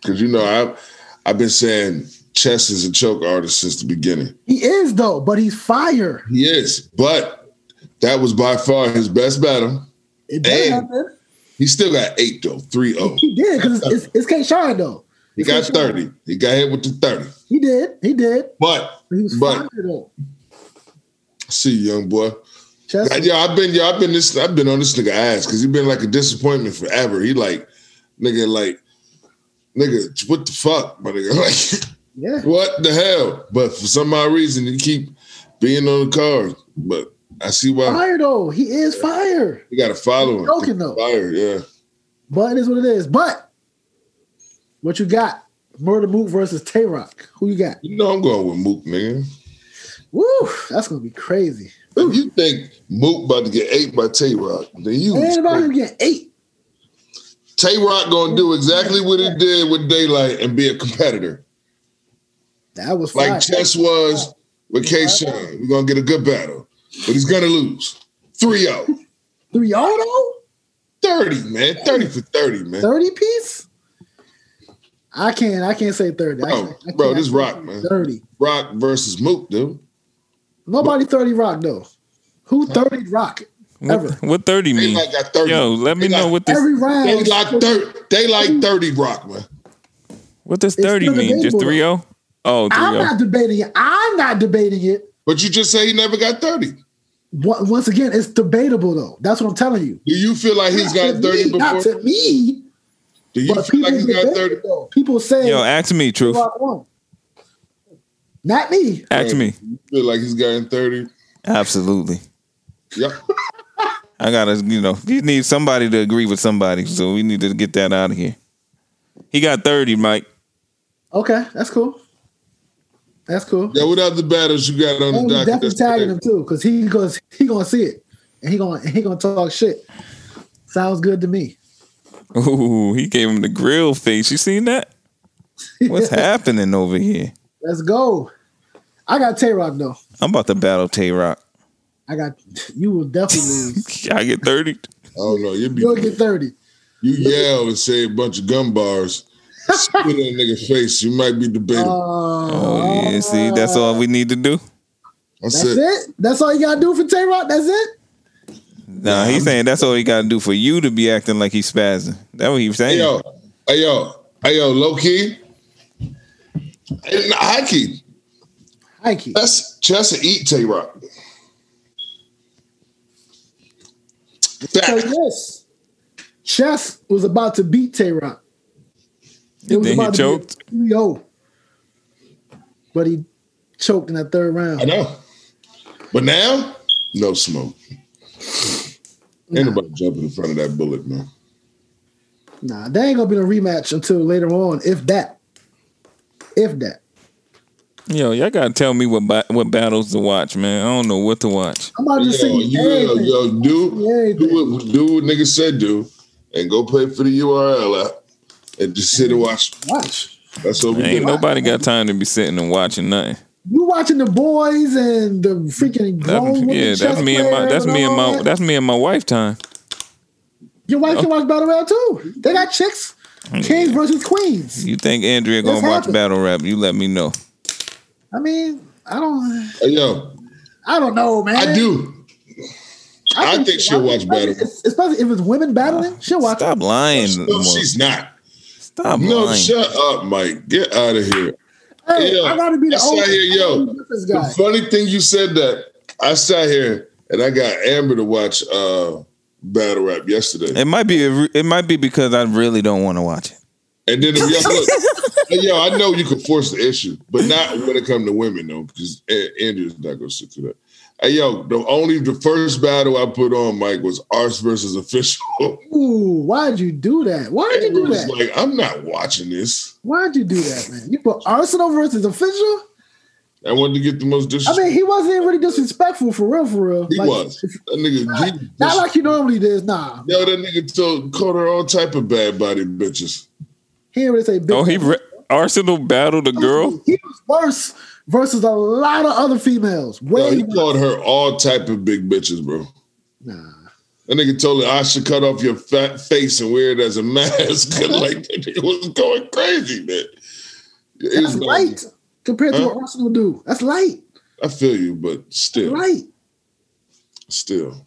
because you know I've I've been saying Chess is a choke artist since the beginning.
he is though, but he's fire.
He is, but that was by far his best battle.
It
Hey.
did happen.
He still got eight though, oh. 3-0.
He did because it's, it's, it's K. Shine though.
He got 30. He got hit with the 30.
He did. He did.
But
He was
But-
fire though.
see, young boy.
Chester,
Like, yo, I've been, yo, I've been this, I've been on this nigga ass because he been like a disappointment forever. He like, nigga, like, nigga, what the fuck, my nigga, <laughs> like,
yeah.
what the hell? But for some odd reason, he keep being on the card. But I see why
Fire though. He is fire.
he got a following.
Broken, though.
Fire, yeah.
But it is what it is. But what you got? Murder Mook versus Tay Rock. Who you got?
You know I'm going with Mook, nigga.
Woo! That's gonna be crazy.
If you think Mook about to get eight by Tay Rock, then you
And about him getting eight.
Tay Rock gonna do exactly what he did with Daylight and be a competitor.
That was fire.
like chess was with K Shine. We're gonna get a good battle, but he's gonna lose 3 0.
Three auto,
30, man. 30 for 30, man.
thirty piece. I can't. I can't say thirty. I
Bro,
can't- I
bro,
can't-
this
I can't
Rock,
say
man.
Thirty.
Rock versus Mook, dude.
Nobody thirty rock though. Who thirty rock? Ever.
What, what thirty mean?
Daylight got 30.
Yo, let me know what this
Every round.
They like 30, they like 30 Rock, man.
what does
It's
thirty
still
mean? Just
debatable.
3-0? Oh, 3-0.
I'm not debating it. I'm not debating it.
But you just say he never got 30. Do
Wa- Once again, it's debatable though. That's what I'm telling you.
you feel like he's got
Not to
30
me, Not
before?
to me.
Do you
But
feel
people
like he's got
debate
30?
it, though. People say
Yo, ask me, truth.
rock won. Not me.
Ask me.
Feel like he's gotten 30.
Absolutely.
Yep.
I gotta, you know, you need somebody to agree with somebody, so we need to get that out of here. He got thirty, Mike.
Okay, that's cool. That's cool.
Yeah, what other battles you got on
And we
the docket?
Oh, definitely
that's
tagging him
today?
too, because he goes he gonna see it. And he gonna he gonna talk shit. Sounds good to me.
Ooh, he gave him the grill face. You seen that?
<laughs>
What's happening over here?
Let's go. I got Tay Rock though.
I'm about to battle Tay Rock.
I got you will definitely
<laughs>
lose.
<laughs> I get thirty.
I don't know. You'd be
You'll get 30.
You yell and say a bunch of gun bars, spit in a nigga face. You might be debatable.
Oh yeah, see, that's all we need to do.
I
That's
said,
it. That's all you gotta do for Tay Rock. That's it.
Nah, he's saying that's all he gotta do for you to be acting like he's spazzing. That's what he's saying.
hey yo, hey yo, hey yo, low key, and high key.
Ike.
That's just to eat Tay Rock. <laughs>
So
Fact.
yes, Chess was about to beat Tay Rock. It was
Then he
about
choked.
to be 3 But he choked in that third
I
round.
know, but now no smoke. Ain't nobody jumping in front of that bullet, man.
Nah, they ain't gonna be no rematch until later on, if that. If that.
Yo, y'all gotta tell me what ba- what battles to watch, man. I don't know what to watch.
I'm about to
Yo,
see
you, yo,
everything.
yo, do,
Everything.
do, what, do what niggas said do and go play for the URL app and just sit and watch.
Watch.
That's what we
Ain't
do.
nobody got time to be sitting and watching nothing.
You watching the boys and the freaking
That-
grown women
yeah, that's
chess
me and my
players
that's me and
all
my Oh.
that.
that's me and my wife time.
Your wife can watch battle royale too. They got chicks, kings versus queens.
You think Andrea
This
gonna watch
happened.
battle rap? You let me know.
I mean, I don't,
Hey, yo,
I don't know, man.
I do. I think she'll watch
especially-
battle.
especially if it's women battling. She'll watch.
Ah, Stop lying.
No,
Mo-
she's not.
Stop
No,
lying.
shut up, Mike. Get out of here.
Hey, I gotta be the
I sat
only
here, yo.
This
The
guy.
funny thing you said that I sat here and I got Amber to watch uh battle rap yesterday.
It might be a re- it might be because I really don't want to watch it.
And
<laughs>
then, yo, look, Hey, yo, I know you can force the issue, but not when it comes to women, though, because A- Andrew's not going to sit through that. Hey, yo, the only the first battle I put on, Mike, was Arts versus Official.
Ooh, why'd you do that?
<laughs>
Why'd you
Andrew
do
was
that?
like, I'm not watching this.
Why'd you do that, man? You put Arsenal versus official.
I wanted to get the most
I
disrespect.
mean, he wasn't even really disrespectful for real, for real.
he
Like,
was. That nigga, he,
Not like he normally does. Nah,
yo, that nigga told, called her all type of bad body bitches.
he didn't really say. Big
Oh, he re- Arsenal battled a girl.
He was worse versus a lot of other females. Way
Yo, he
worse.
called her all type of big bitches, bro.
Nah.
That nigga told her I should cut off your fat face and wear it as a
<laughs>
mask. <laughs> like that nigga was going crazy, man. It
That's
was
light compared to
Huh?
what Arsenal do. That's light.
I feel you, but still,
Light.
still,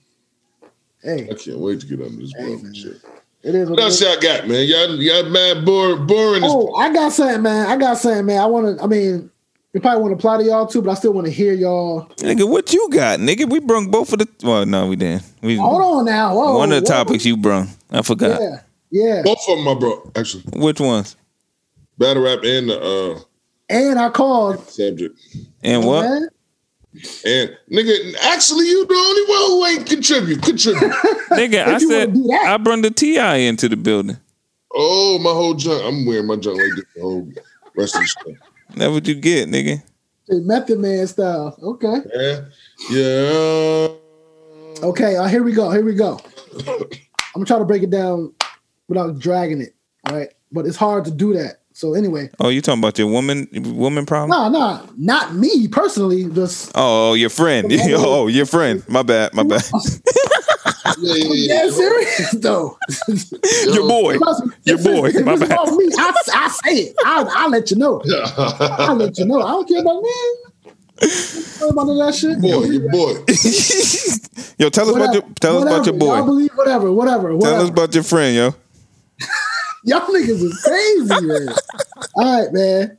Hey,
I can't wait to get under this
Hey,
bubble
man.
shit.
it is. What
What
it
else
is.
y'all got, man? Y'all, y'all mad boring, boring. as
Oh, I got something, man. I got something, man. I want to. I mean, we probably want to apply to y'all too, but I still want to hear y'all.
Nigga, what you got, nigga? We brung both of the. Well, no, we didn't. We
Hold on now. Whoa,
one of the
whoa.
topics you brung. I forgot
Yeah, yeah.
both of them, my bro. Actually,
which ones
battle rap and the uh,
And I called.
subject.
and what.
Man.
And nigga, actually, you the only one who ain't contribute. Contribute.
<laughs>
Nigga, I
you wanna
said
do that.
I brung the Ti into the building.
oh, my whole junk. I'm wearing my junk like this the whole rest of the show.
That's what you get, nigga.
Method Man style. Okay.
Yeah, yeah.
Okay, uh, here we go. Here we go. I'm gonna try to break it down without dragging it. All right, but it's hard to do that. So anyway,
Oh, you talking about your woman woman problem?
nah, nah, not me personally. Just
Oh, your friend. <laughs> oh, your friend. My bad. My bad.
Yeah, yeah, yeah.
yeah, serious though.
<laughs> your boy. Your boy.
If
My
it's
bad.
about me, I, I say it. I I let you know. I let you know. I don't care about me. I don't care About none of that
<laughs>
shit.
boy, your boy.
<laughs> Yo, tell us about your tell us about your
Whatever. Y'all
boy.
believe whatever, whatever, whatever.
Tell us about your friend, yo.
Y'all niggas is crazy, man. All right, man.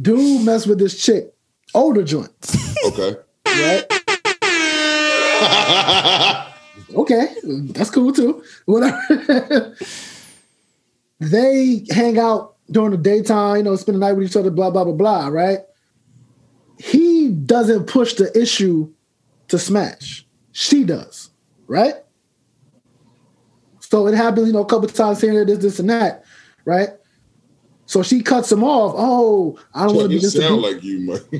Dude mess with this chick, older joint, <laughs>
Okay.
right? okay, that's cool too. Whatever. <laughs> they hang out during the daytime, you know, spend the night with each other, blah blah blah blah, right? He doesn't push the issue to smash. She does, right? So it happens, you know, a couple times here, and there, this, this, and that, right? So she cuts him off. Oh, I don't want to be
You
just a
sound
dude.
like you, <laughs> Mike.
<laughs>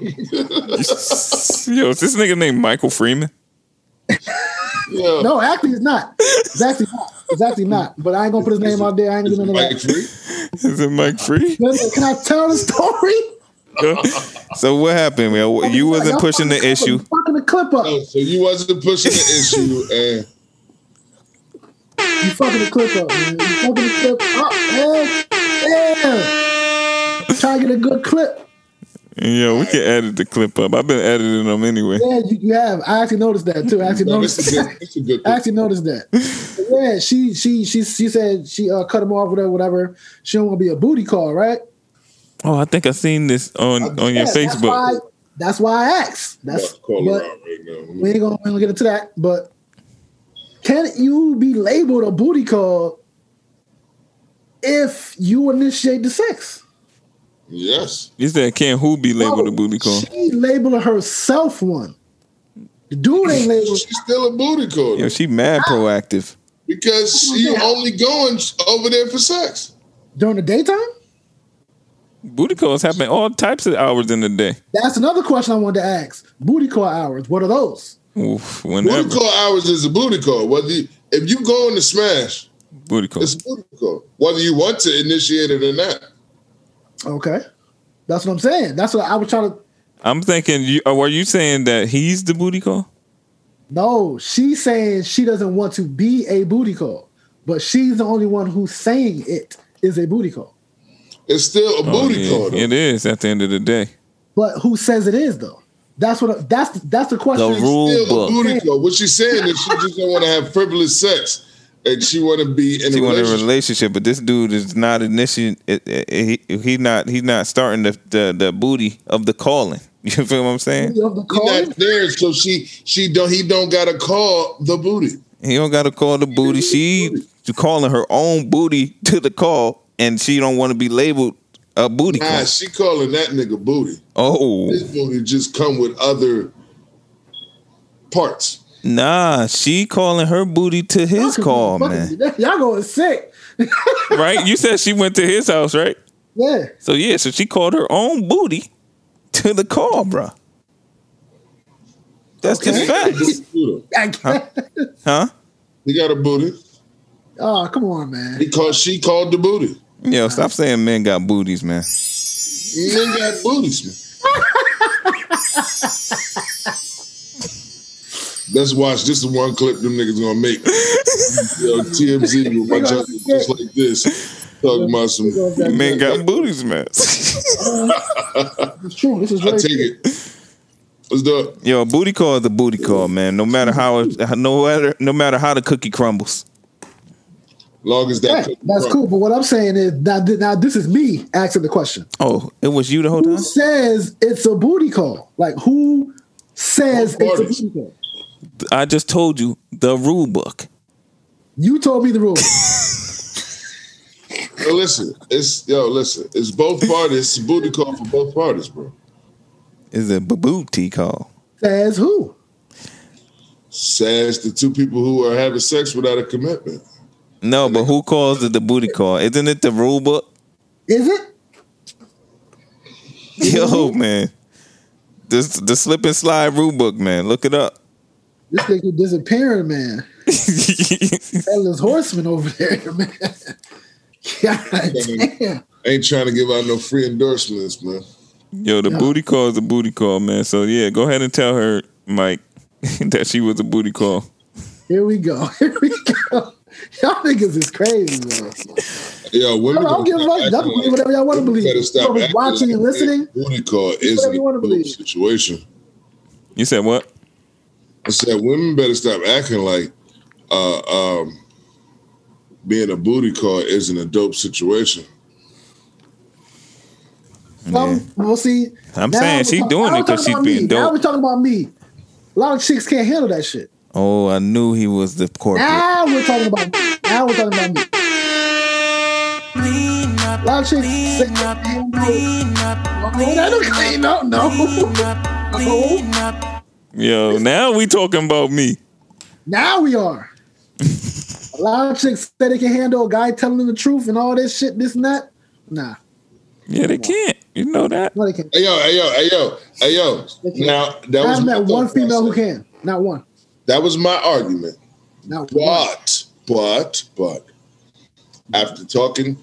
Yo, is this nigga named Michael Freeman?
yeah.
no, actually, it's not. It's actually not. It's actually not. But I ain't gonna put his name out there. I ain't gonna do none of that.
Mike Free?
Is it Mike Free?
Can I tell the story?
so what happened, yo? You wasn't
Y'all
pushing the
fucking clip-
issue.
Fucking the clip up.
Oh, so you wasn't pushing the issue, and
You fucking the clip up, man. You fucking the clip up, man. Yeah. Try to get a good clip.
Yo, we can edit the clip up. I've been editing them anyway.
Yeah, you, you have. I actually noticed that too. I actually
no,
noticed
this is
that.
good. This is good.
I actually noticed that. But yeah, she she she she said she uh, cut him off, whatever, whatever. She don't want to be a booty call, right?
Oh, I think I seen this on on your
Yeah, That's why,
Facebook.
that's why I asked. That's
I'll call her
but
out right now.
we ain't gonna, we ain't gonna get into that. But can you be labeled a booty call if you initiate the sex? Oh,
Yes.
You said can who be labeled a
No,
booty call?
She labeled herself one. The dude ain't labeled.
She's still a booty call
Yo, she mad proactive.
because you only going over there for sex.
During the daytime?
Booty calls happen all types of hours in the day.
That's another question I wanted to ask. Booty call hours. What are those?
Oof,
Booty
whenever
call hours is a booty call. Whether you, if you going to smash,
booty call.
it's a booty call. Whether you want to initiate it or not.
Okay. That's what I'm saying. That's what I was trying to.
I'm thinking. You, oh, were you saying that he's the booty call?
No, she's saying she doesn't want to be a booty call, but she's the only one who's saying it is a booty call.
It's still a
Oh,
booty
yeah,
call. though.
It is at the end of the day.
But who says it is though? That's what. That's that's the question.
The rule-
Still
book.
a booty call. What she's saying is she just don't want to have frivolous sex, and she want to be in
She
a
want a
relationship.
relationship, but this dude is not initiating. it- it- eh, He he not he's not starting the, the the booty of the calling. <laughs> You feel what I'm saying?
Of the
He
call.
not there, so she she don't he don't gotta call the booty.
He don't got to call the booty. She you calling her own booty to the call, and she don't want to be labeled a booty
Nah,
call.
she calling that nigga booty.
Oh,
This booty just come with other parts.
nah, she calling her booty to his call, man.
<laughs> Y'all going sick?
Right? You said she went to his house, right?
Yeah.
So yeah, so she called her own booty to the call, bruh. That's just facts,
I guess.
huh?
He got a booty
Oh, come on, man.
because she called the booty.
Yo, stop saying men got booties, man.
Men got booties. Man. Let's watch. This is one clip them niggas gonna make. Yo, TMZ with my junkie just like this, talking about some.
Men got booties, man.
It's true. This is
I
very
take it. Let's do
<laughs>
it.
Yo, a booty call is a booty call, man. No matter how, it- no matter, no matter how the cookie crumbles.
Long as
Yeah,
that.
that's cool. But what I'm saying is now, th- now this is me asking the question.
Oh, it was you the whole
Who
time.
says it's a booty call? Like who says
Both
it's a
parties.
booty call?
I just told you the rule book.
You told me the rule.
Yo, listen, it's yo. Listen, it's both parties. It's a booty call for both parties, bro.
Is a booty call.
says who?
Says the two people who are having sex without a commitment.
No, but who calls it the booty call? Isn't it the rule book?
Is it?
<laughs> Yo, man. This the slip and slide rule book, man. Look it <laughs> up.
This nigga disappearing, man. Headless horseman over there, <laughs> man. God damn.
Ain't trying to give out no free endorsements, man.
Yo, the booty call is a booty call, man. So yeah, go ahead and tell her, Mike, <laughs> that she was a booty call.
Here we go. <laughs> Here we go. Y'all niggas is crazy, man.
Yo, women
I don't give a fuck. Y'all believe whatever y'all wanna believe.
Better stop
Y'all been
acting
watching and
like
listening.
that Booty call isn't
whatever you wanna
a
believe.
dope situation.
You said what?
I said women better stop acting like uh, um, being a booty call isn't a dope situation.
Some,
Yeah.
Um, We'll see.
I'm
Now
saying
we're
she
talk-
doing it
now we're
'cause
talking
she
about
being
me. Now
dope.
we're talking about me. A lot of chicks can't handle that shit.
Oh, I knew he was the corporate.
Now we're talking about me. Now we're talking about me. A lot of chicks say, oh, that don't clean up, no. No. <laughs>
Yo, now we talking about me.
Now we are. A lot of chicks say they can handle a guy telling them the truth and all this shit, this and that. Nah,
Yeah, they can't. You know that.
no, they can't.
Hey yo, hey yo, hey yo, hey yo. Now that was
I've
my
met one
thought
female who
process.
can. Not one.
That was my argument.
Not one.
But, but, but, after talking,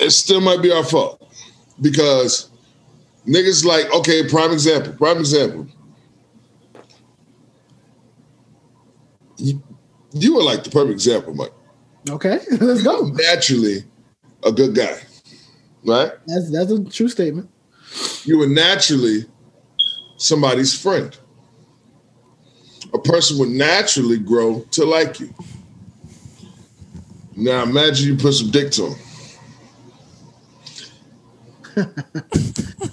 it still might be our fault because niggas like, okay, prime example, prime example. You, you were like the perfect example, Mike.
Okay, <laughs> let's go.
Naturally, a good guy, right?
That's that's a true statement.
you were naturally somebody's friend. A person would naturally grow to like you. Now imagine you put some dick to him.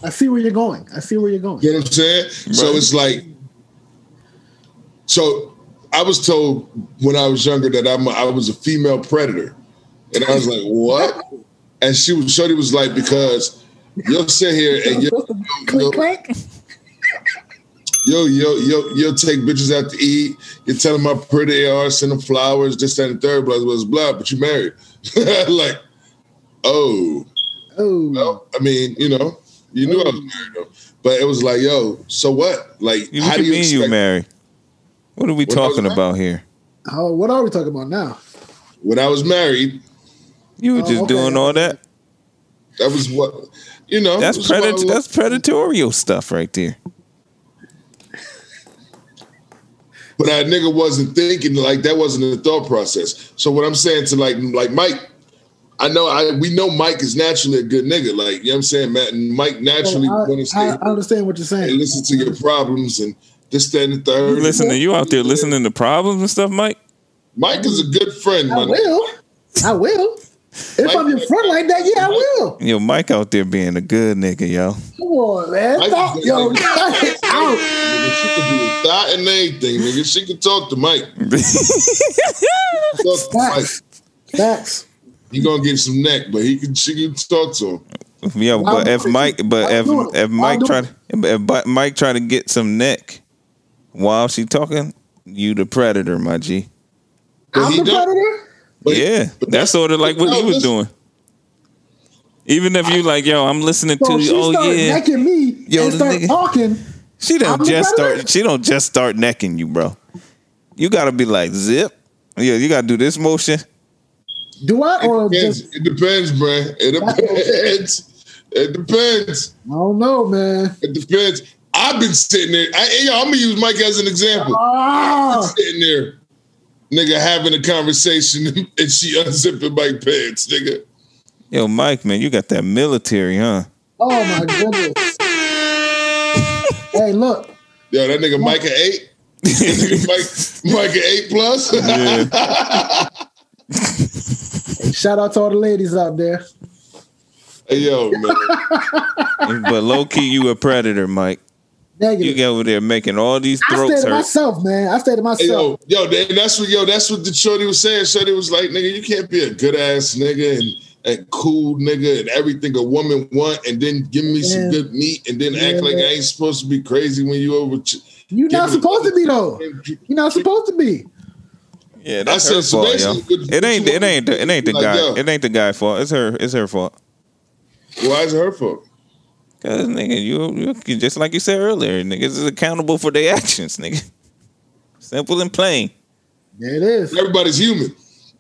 I see where you're going. I see where you're going.
You know what I'm saying? So
Right.
it's like, so I was told when I was younger that I'm a, I was a female predator, and I was like, what? And she was, Shorty was like, because you'll sit here and you'll,
Click, click.
yo, yo, yo, yo, take bitches out to eat. You tell them how pretty they are, send them flowers, this, that, and the third, blah, blah, blah, but you married. <laughs> like, oh,
Oh,
well, I mean, you know, you knew I was married though. But it was like, yo, so what? Like,
You-
how
What
do
you
you
mean you
expect?
married? What are we
I was
talking
married.
about here?
oh, what are we talking about now?
when I was married,
You were
Oh,
just
okay.
doing all that.
that was what, you know.
That's
it was what I
predat-
was-
That's predatorial stuff right there.
but that nigga wasn't thinking like that wasn't the thought process. So what I'm saying to like like Mike, I know I we know Mike is naturally a good nigga. Like you know what I'm saying, Matt. And Mike naturally
Well,
want to
Oh, I, I,
stay
I understand what you're
and
saying.
listen to your problems and this, that, and the third.
Listen to you out there listening to problems and stuff, Mike.
Mike is a good friend.
I
My
will. I will. If I'm in front like that, yeah, I will.
Yo, Mike out there being a good nigga, <laughs> yo.
Come on, man. Stop, yo. <laughs> knock it out.
nigga, she can do that and anything, nigga. She can talk to Mike. Talk to Mike.
Facts. Facts.
He gonna get some neck, but he can she can talk to him.
Yeah, but
I'll
if
do it.
Mike, but
I'll
if
do it.
if
I'll
Mike
do
try,
it.
to- if Bi- Mike try to get some neck while she talking, you the predator, my G.
But
I'm
he
the
don't-
predator.
But-
yeah,
but
that's sort of like what
no,
he was
listen.
doing. Even if you like, yo, I'm listening
So
to
if she
you. Oh
started
yeah,
necking me
Yo,
and start
nigga.
talking.
she don't
I'm the
just
predator?
start. She don't just start necking you, bro. You gotta be like zip. Yeah, you gotta do this motion.
Do I or just
It depends, bruh. It depends. It depends.
I don't know, man.
It depends. I've been sitting there. I, yo, I'm gonna use Mike as an example.
Ah,
Sitting there, nigga, having a conversation, <laughs> and she unzipping my pants, nigga.
Yo, Mike, man, you got that military, huh?
oh my goodness. hey, look.
Yo, that nigga Mike an eight. <laughs> Mike, Mike an eight plus.
Shout out to all the ladies out there.
<laughs> Hey, yo, man.
but low key, you a predator, Mike. You
Negative.
get over there making all these
I
throats
stay to
hurt.
myself, man. I stay to
Hey,
myself.
yo, yo, and that's what yo, that's what the shorty was saying. Shorty was like, nigga, you can't be a good ass nigga and and cool nigga and everything a woman want, and then give me some
Yeah.
good meat, and then
Yeah,
act like
man.
I ain't supposed to be crazy when you over. ch-
You're
give
not
me-
supposed to be though. You're not supposed to be.
Yeah,
that's her
fault,
fault,
yo.
yo.
It ain't, it ain't, the- it ain't the
Like,
guy.
yo.
It ain't the guy fault. It's her. It's her fault.
<laughs> Why is it her fault?
Cause nigga, you, you can- just like you said earlier, niggas is accountable for their <laughs> actions, nigga. Simple and plain.
There it is.
Everybody's human.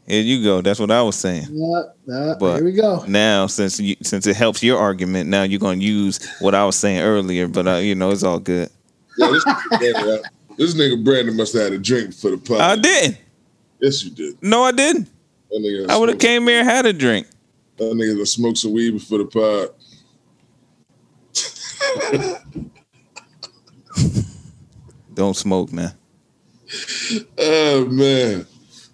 Here you go. That's what I was saying.
Yeah, yeah,
But-
here
<laughs>
we go.
Now, since you, since it helps your argument, now you're gonna use what I was saying earlier. But uh, you know, it's all good.
Yo, this,
<laughs>
nigga Brandon, this nigga Brandon must have had a drink for the pot.
I didn't.
yes, you did.
No, I didn't.
That nigga
I would have
smoked-
came here and had a drink.
That nigga that smokes a weed before the pod.
Don't smoke, man.
Oh man,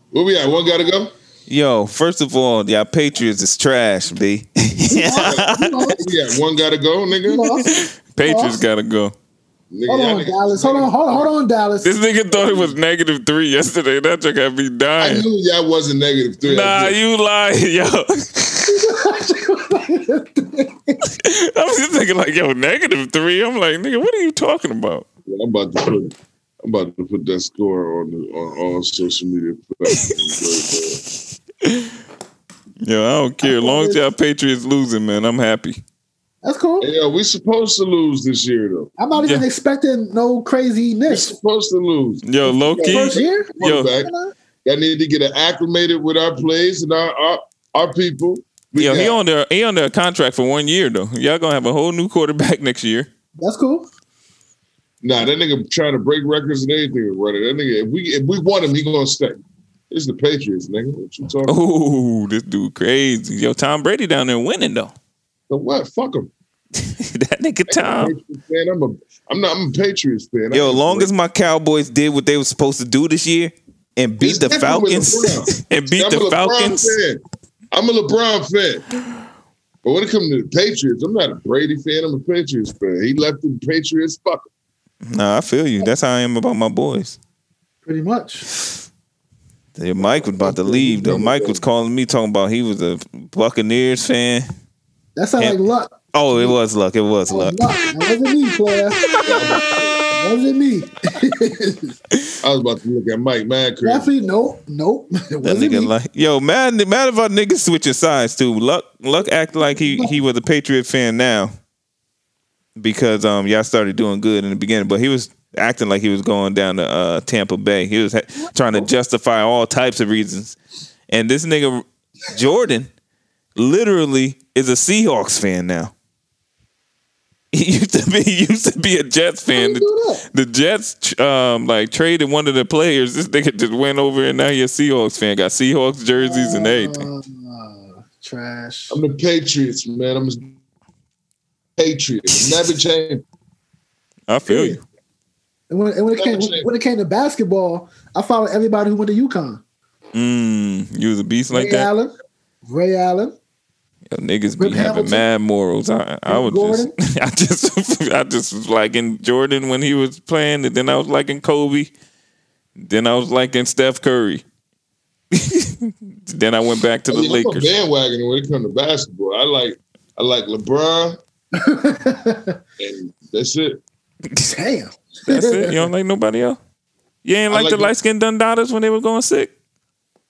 where we at? One gotta go.
Yo, first of all, y'all Patriots is trash, B. <laughs>
You lost.
Yeah, one gotta go, nigga.
You lost.
Patriots gotta go.
Nigga,
Hold
y'all
on,
niggas-
Dallas. Hold on, hold on, hold on, Dallas.
This nigga thought it was negative three yesterday. That joke had me
I
dying.
knew y'all wasn't negative three.
Nah,
I did.
you lying, <laughs> yo. I'm <laughs> just thinking like, yo, negative three. I'm like, nigga, what are you talking about?
I'm about to put. I'm about to put that score on the, on all social media platforms.
Yo, I don't care. As long as y'all Patriots losing, man, I'm happy.
<laughs> That's <laughs> cool.
hey, yo, we supposed to lose this year though.
I'm not even
Yeah.
expecting no
We
craziness.
supposed to lose.
Yo, low
First
key.
year?
Yo.
Quarterback, I need to get acclimated with our plays and our our, our people. We
Yo, he
got-
on there. He on their contract for one year though. Y'all gonna have a whole new quarterback <laughs> next year.
That's cool.
Nah, that nigga trying to break records and anything running. That nigga, if we if we want him, he gonna stay. It's the Patriots, nigga. What you talking? about?
Oh, this dude crazy. Yo, Tom Brady down there winning though. <laughs>
So what? Fuck him.
that nigga Oh. Tom.
Man, I'm a I'm not I'm a Patriots fan.
Yo,
I'm a-
long as my Cowboys did what they were supposed to do this year and beat
It's
the
different with
Falcons
LeBron.
<laughs> and beat
I'm a
the
LeBron
Falcons.
Fan. I'm a LeBron fan. But when it comes to the Patriots, I'm not a Brady fan. I'm a Patriots fan. He left the Patriots. Fuck him.
Nah, I feel you. That's how I am about my boys.
Pretty much.
Yeah, Mike was about to leave though. Mike was calling me talking about he was a Buccaneers fan.
That sounds
Yeah.
like luck.
Oh, it was luck. It was
Luck.
luck.
That wasn't me, player. Wasn't me.
I was about to look at Mike mad
<laughs>
crazy.
Definitely nope, nope. <laughs> It
That
wasn't me.
nigga like yo, mad mad about niggas switching sides too. Luck Luck act like he he was a Patriot fan now because um y'all started doing good in the beginning, but he was acting like he was going down to uh Tampa Bay. He was ha- trying to justify all types of reasons, and this nigga Jordan literally is a Seahawks fan now. <laughs> He used to be he used to be a Jets fan.
How you do that?
The Jets um like traded one of the players. This nigga just went over and now you're a Seahawks fan. Got Seahawks jerseys and everything.
Uh, trash.
I'm the Patriots, man. I'm the Patriots. Never change.
I feel you.
And when, and when it came
Double check.
when it came to basketball, I followed everybody who went to UConn.
Mm, you was a beast like
Ray
that.
Allen, Ray
<laughs>
Allen.
Yo, niggas be
Rip
having
Hamilton.
mad morals. I, I would
Rip
just, <laughs> I just, I just was liking Jordan when he was playing, and then I was liking Kobe, then I was liking Steph Curry. <laughs> then I went back to the
Hey, I'm a
Lakers.
bandwagon when it comes to basketball. I like I like
<laughs>
LeBron, and that's it.
Damn.
That's
<laughs>
it. You don't like nobody else. You ain't
I
like,
like
the
the-
light skinned Dundadas when they were going sick.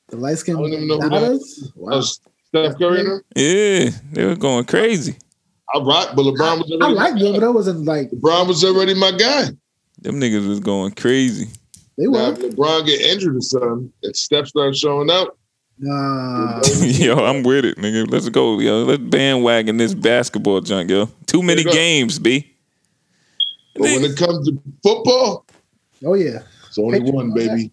The light
I
skinned
don't even know who that
Wow.
That's Uh, Steph Curry. and them.
Yeah, they were going crazy.
I rock, but LeBron was already.
I liked
my
them,
guy.
but I wasn't like
LeBron was already my guy.
Them niggas was going crazy. <laughs>
they
Now, if
were.
LeBron get injured or something, and Steph starts showing out,
Nah.
yo, I'm with it, nigga. Let's go, yo. Let's bandwagon this basketball junk, yo. Too many
Straight up.
games, b.
but when it comes to football,
Oh yeah.
it's only
Patriots,
one, baby.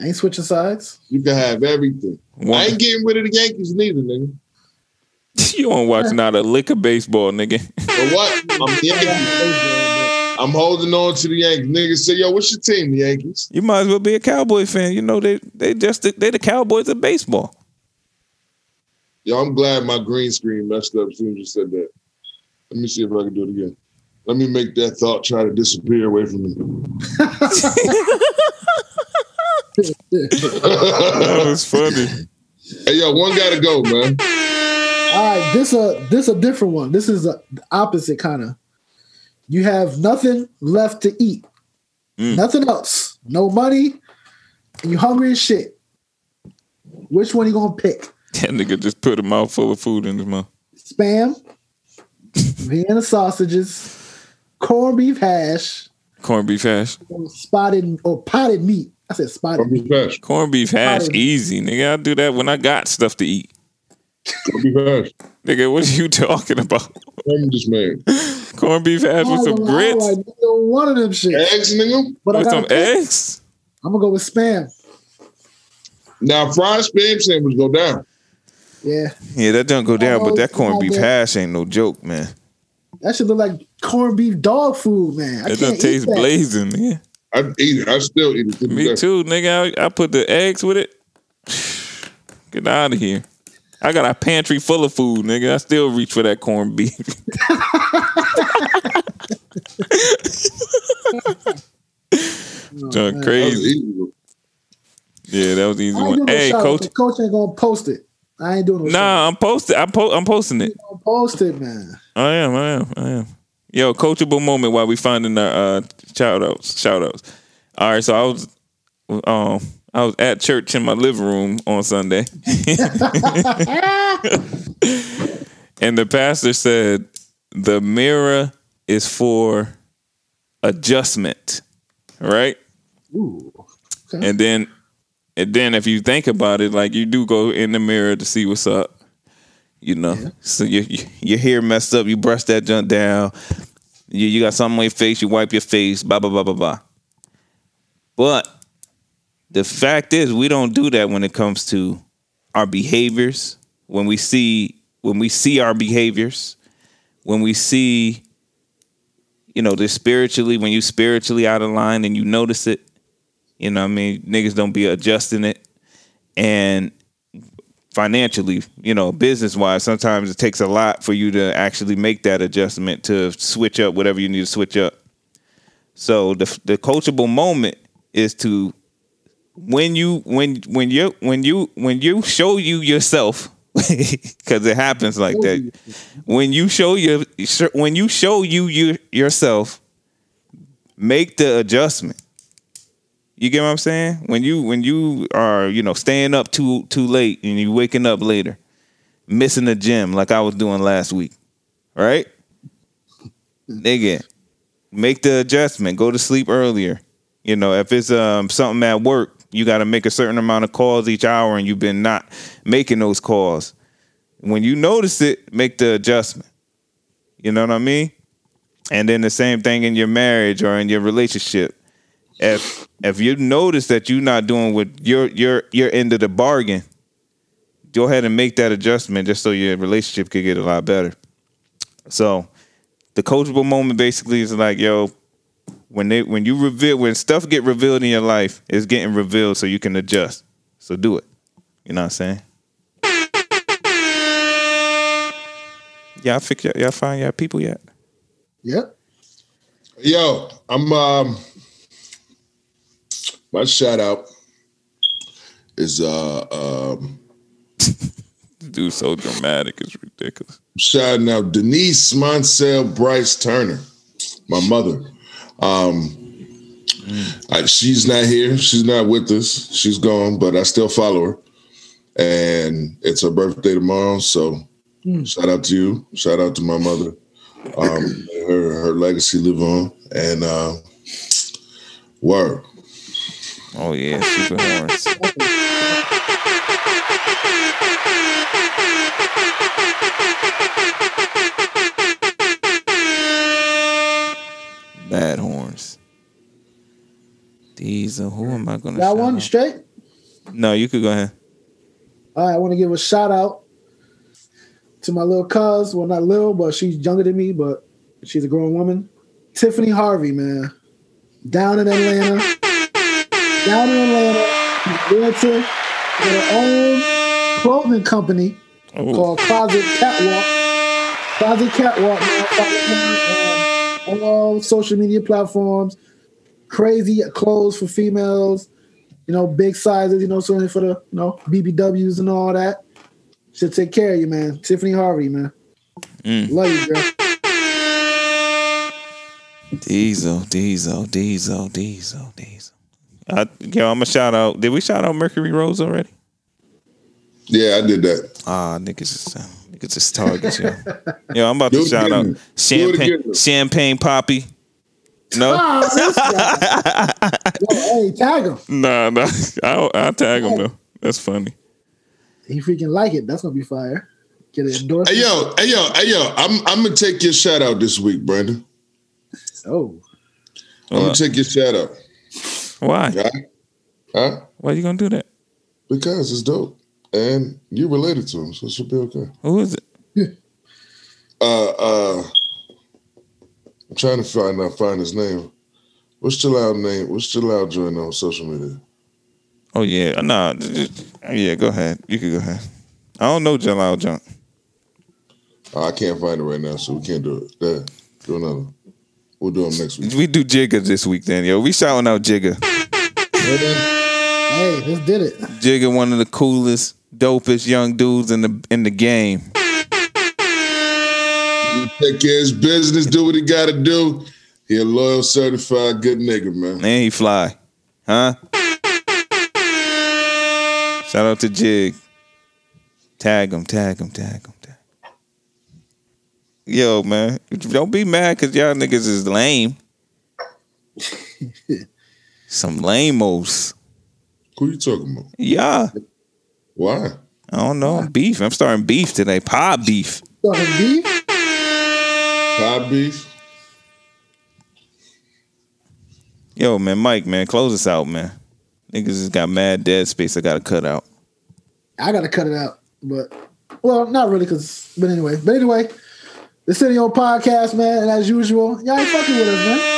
I ain't switching sides.
You can have everything.
One-
I ain't getting rid of the Yankees neither, nigga.
<laughs> You don't watch not a lick of baseball, nigga. <laughs>
But what? I'm Yankees. I'm holding on to the Yankees. Niggas say, yo, what's your team, the Yankees?
You might as well be a cowboy fan. You know they they just they the Cowboys of baseball.
Yo, I'm glad my green screen messed up as soon as you said that. Let me see if I can do it again. Let me make that thought try to disappear away from me. <laughs>
That was funny.
Hey, yo, one gotta go, man.
All right, this a this a different one. This is a the opposite kind of. You have nothing left to eat,
Mm.
nothing else, no money, and you hungry as shit. Which one you gonna pick?
that nigga just put a mouthful of food in his mouth. <laughs>
Spam, Vienna sausages, corned beef hash,
Corned beef hash.
or spotted or potted meat. I said spotted
Don't be
meat.
fast.
Corned beef hash,
Probably.
easy, nigga. I do that when I got stuff to eat.
Don't be fast.
Nigga, what you <laughs> talking about?
I'm just mad.
Corned beef hash with
I
some
don't know, I
grits,
like neither one of them shit.
Eggs, nigga.
But I
with
gotta
some
pick.
eggs.
I'm gonna go with spam.
Now fried spam sandwich go down.
Yeah,
Yeah, that don't go down, but that corned beef
Yeah.
hash ain't no joke, man.
that should look like corned beef dog food, man.
That
I can't
don't
eat
taste
that.
blazing, nigga.
I eat it. I still eat it.
Me too, nigga. I, I put the eggs with it. Get out of here. I got a pantry full of food, nigga. I still reach for that corned beef. <laughs>
Oh,
Done
That was
crazy.
easy.
Yeah, that was the easy
I ain't doing
one.
no
Hey,
shout out.
coach.
The coach ain't gonna post it. I ain't doing no shout out.
Nah, I'm posting. I'm, po- I'm posting it.
Don't post it, man.
I am. I am. I am. Yo, coachable moment while we finding our uh, shout outs. Shout outs. All right, so I was, um, I was at church in my living room on Sunday, <laughs> and the pastor said the mirror is for adjustment, right?
Ooh. Okay.
And then, and then if you think about it, like you do go in the mirror to see what's up. You know, so you, you your hair messed up. You brush that junk down. You you got something on your face. You wipe your face. Blah blah blah blah blah. But the fact is, we don't do that when it comes to our behaviors. When we see when we see our behaviors, when we see, you know, this spiritually. When you spiritually out of line and you notice it, you know what I mean? Niggas don't be adjusting it. And financially, you know, business wise, sometimes it takes a lot for you to actually make that adjustment to switch up whatever you need to switch up. So the the coachable moment is to when you when when you when you when you show you yourself <laughs> because it happens like that when you show your when you show you your, yourself make the adjustment. You get what I'm saying? When you when you are you know staying up too too late and you waking up later, missing the gym like I was doing last week, right? Nigga, make the adjustment. Go to sleep earlier. You know, if it's um, something at work, you got to make a certain amount of calls each hour, and you've been not making those calls. When you notice it, make the adjustment. You know what I mean? And then the same thing in your marriage or in your relationship. If if you notice that you're not doing what your your your end of the bargain, go ahead and make that adjustment just so your relationship could get a lot better. So the coachable moment basically is like, yo, when they when you reveal when stuff get revealed in your life, it's getting revealed so you can adjust. So do it. You know what I'm saying? Y'all fix y'all, y'all find y'all people yet?
Yep.
Yo, I'm um my shout out is uh um
Dude, so dramatic, it's ridiculous.
shouting out Denise Monsell Bryce Turner, my mother. Um, I, she's not here. She's not with us. She's gone, but I still follow her. And it's her birthday tomorrow, so shout out to you. Shout out to my mother. Um, her her legacy live on. And uh, word.
Oh yeah, super horns. Bad horns. These are who am I gonna?
That
shout
one
out?
straight.
No, you could go ahead.
All right, I want to give a shout out to my little cuz. Well, not little, but she's younger than me, but she's a grown woman. Tiffany Harvey, man. Down in Atlanta. Down in Atlanta. she's a Realtor. With her own clothing company called Closet Catwalk. Closet Catwalk. man. Follow her On on all social media platforms. Crazy clothes for females you know, big sizes, you know, certainly for the you know BBWs and all that. Should take care of you, man. Tiffany Harvey, man.
Mm.
Love you, girl.
Diesel, Diesel, Diesel, Diesel, Diesel. I, yo, I'm a shout out. Did we shout out Mercury Rose already?
Yeah, I did that.
Ah, niggas is uh, niggas is targets, yo. Yo, I'm about <laughs> to
Do it
shout out
again. Do it
champagne,
again.
champagne poppy. No,
Ah, this guy. Yo, hey, tag him.
nah, nah. <laughs> I'll, I'll tag him though. That's funny.
He freaking like it. That's gonna be fire. Get it endorsed.
Hey yo, hey yo, hey yo. I'm I'm gonna take your shout out this week, Brandon.
Oh,
I'm gonna take your shout out.
Why?
Right? Huh?
Why you gonna do that?
Because it's dope. And you related to him, so it should be okay.
Who is it?
Uh uh I'm trying to find out find his name. What's your loud name? What's your loud joint on social media?
Oh yeah, nah. d- d- Yeah, go ahead. You can go ahead. I don't know Jalal Junk.
Oh, I can't find it right now, so we can't do it. There. Do another. one. We'll do them next week.
We do Jigga this week then, yo. We shouting out Jigga.
hey, this did it.
Jigga, one of the coolest, dopest young dudes in the in the game.
Take care of his business, do what he gotta do. He a loyal, certified good nigga, man.
And he fly. Huh? Shout out to Jig. Tag him, tag him, tag him, tag him. Yo, man. Don't be mad because y'all niggas is lame. Some lamos.
Who you talking about?
Yeah.
Why?
I don't know. I'm beef. I'm starting beef today. Pie beef.
So, B,
Pie beef?
Yo, man, Mike, man, close us out, man. Niggas has got mad dead space I gotta cut out.
I gotta cut it out, but well, not really, cause but anyway, but anyway, the City on podcast, man, and as usual, y'all ain't fucking with us, man.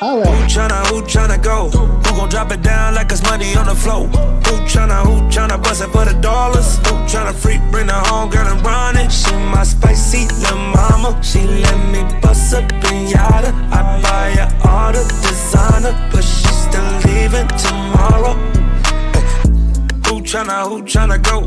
Holla.
Who tryna, who tryna go? Who gon' drop it down like it's money on the floor? Who tryna, who tryna bust it for the dollars? Who tryna freak, bring her home, girl, and run it? She my spicy little mama. She let me bust a pinata. I buy her all the designer, but she's still leaving tomorrow. Ay, Who tryna, who tryna go?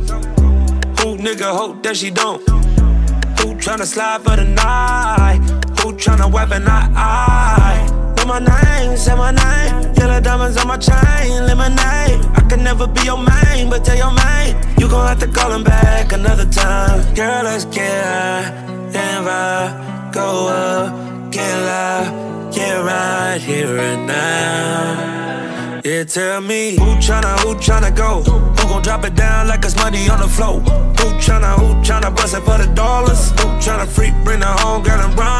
Who nigga hope that she don't? Who tryna slide for the night? Who tryna weapon eye? Who on my name, say my name. Yellow diamonds on my chain, lemonade. I can never be your main, but tell your main. You gon' have to call him back another time. Girl, let's get high, then ride. Go up, get loud, get right here and now. Yeah, tell me who tryna, who tryna go? Who gon' drop it down like it's money on the floor? Who tryna, who tryna bust it for the dollars? Who tryna freak, bring her home, girl, and run?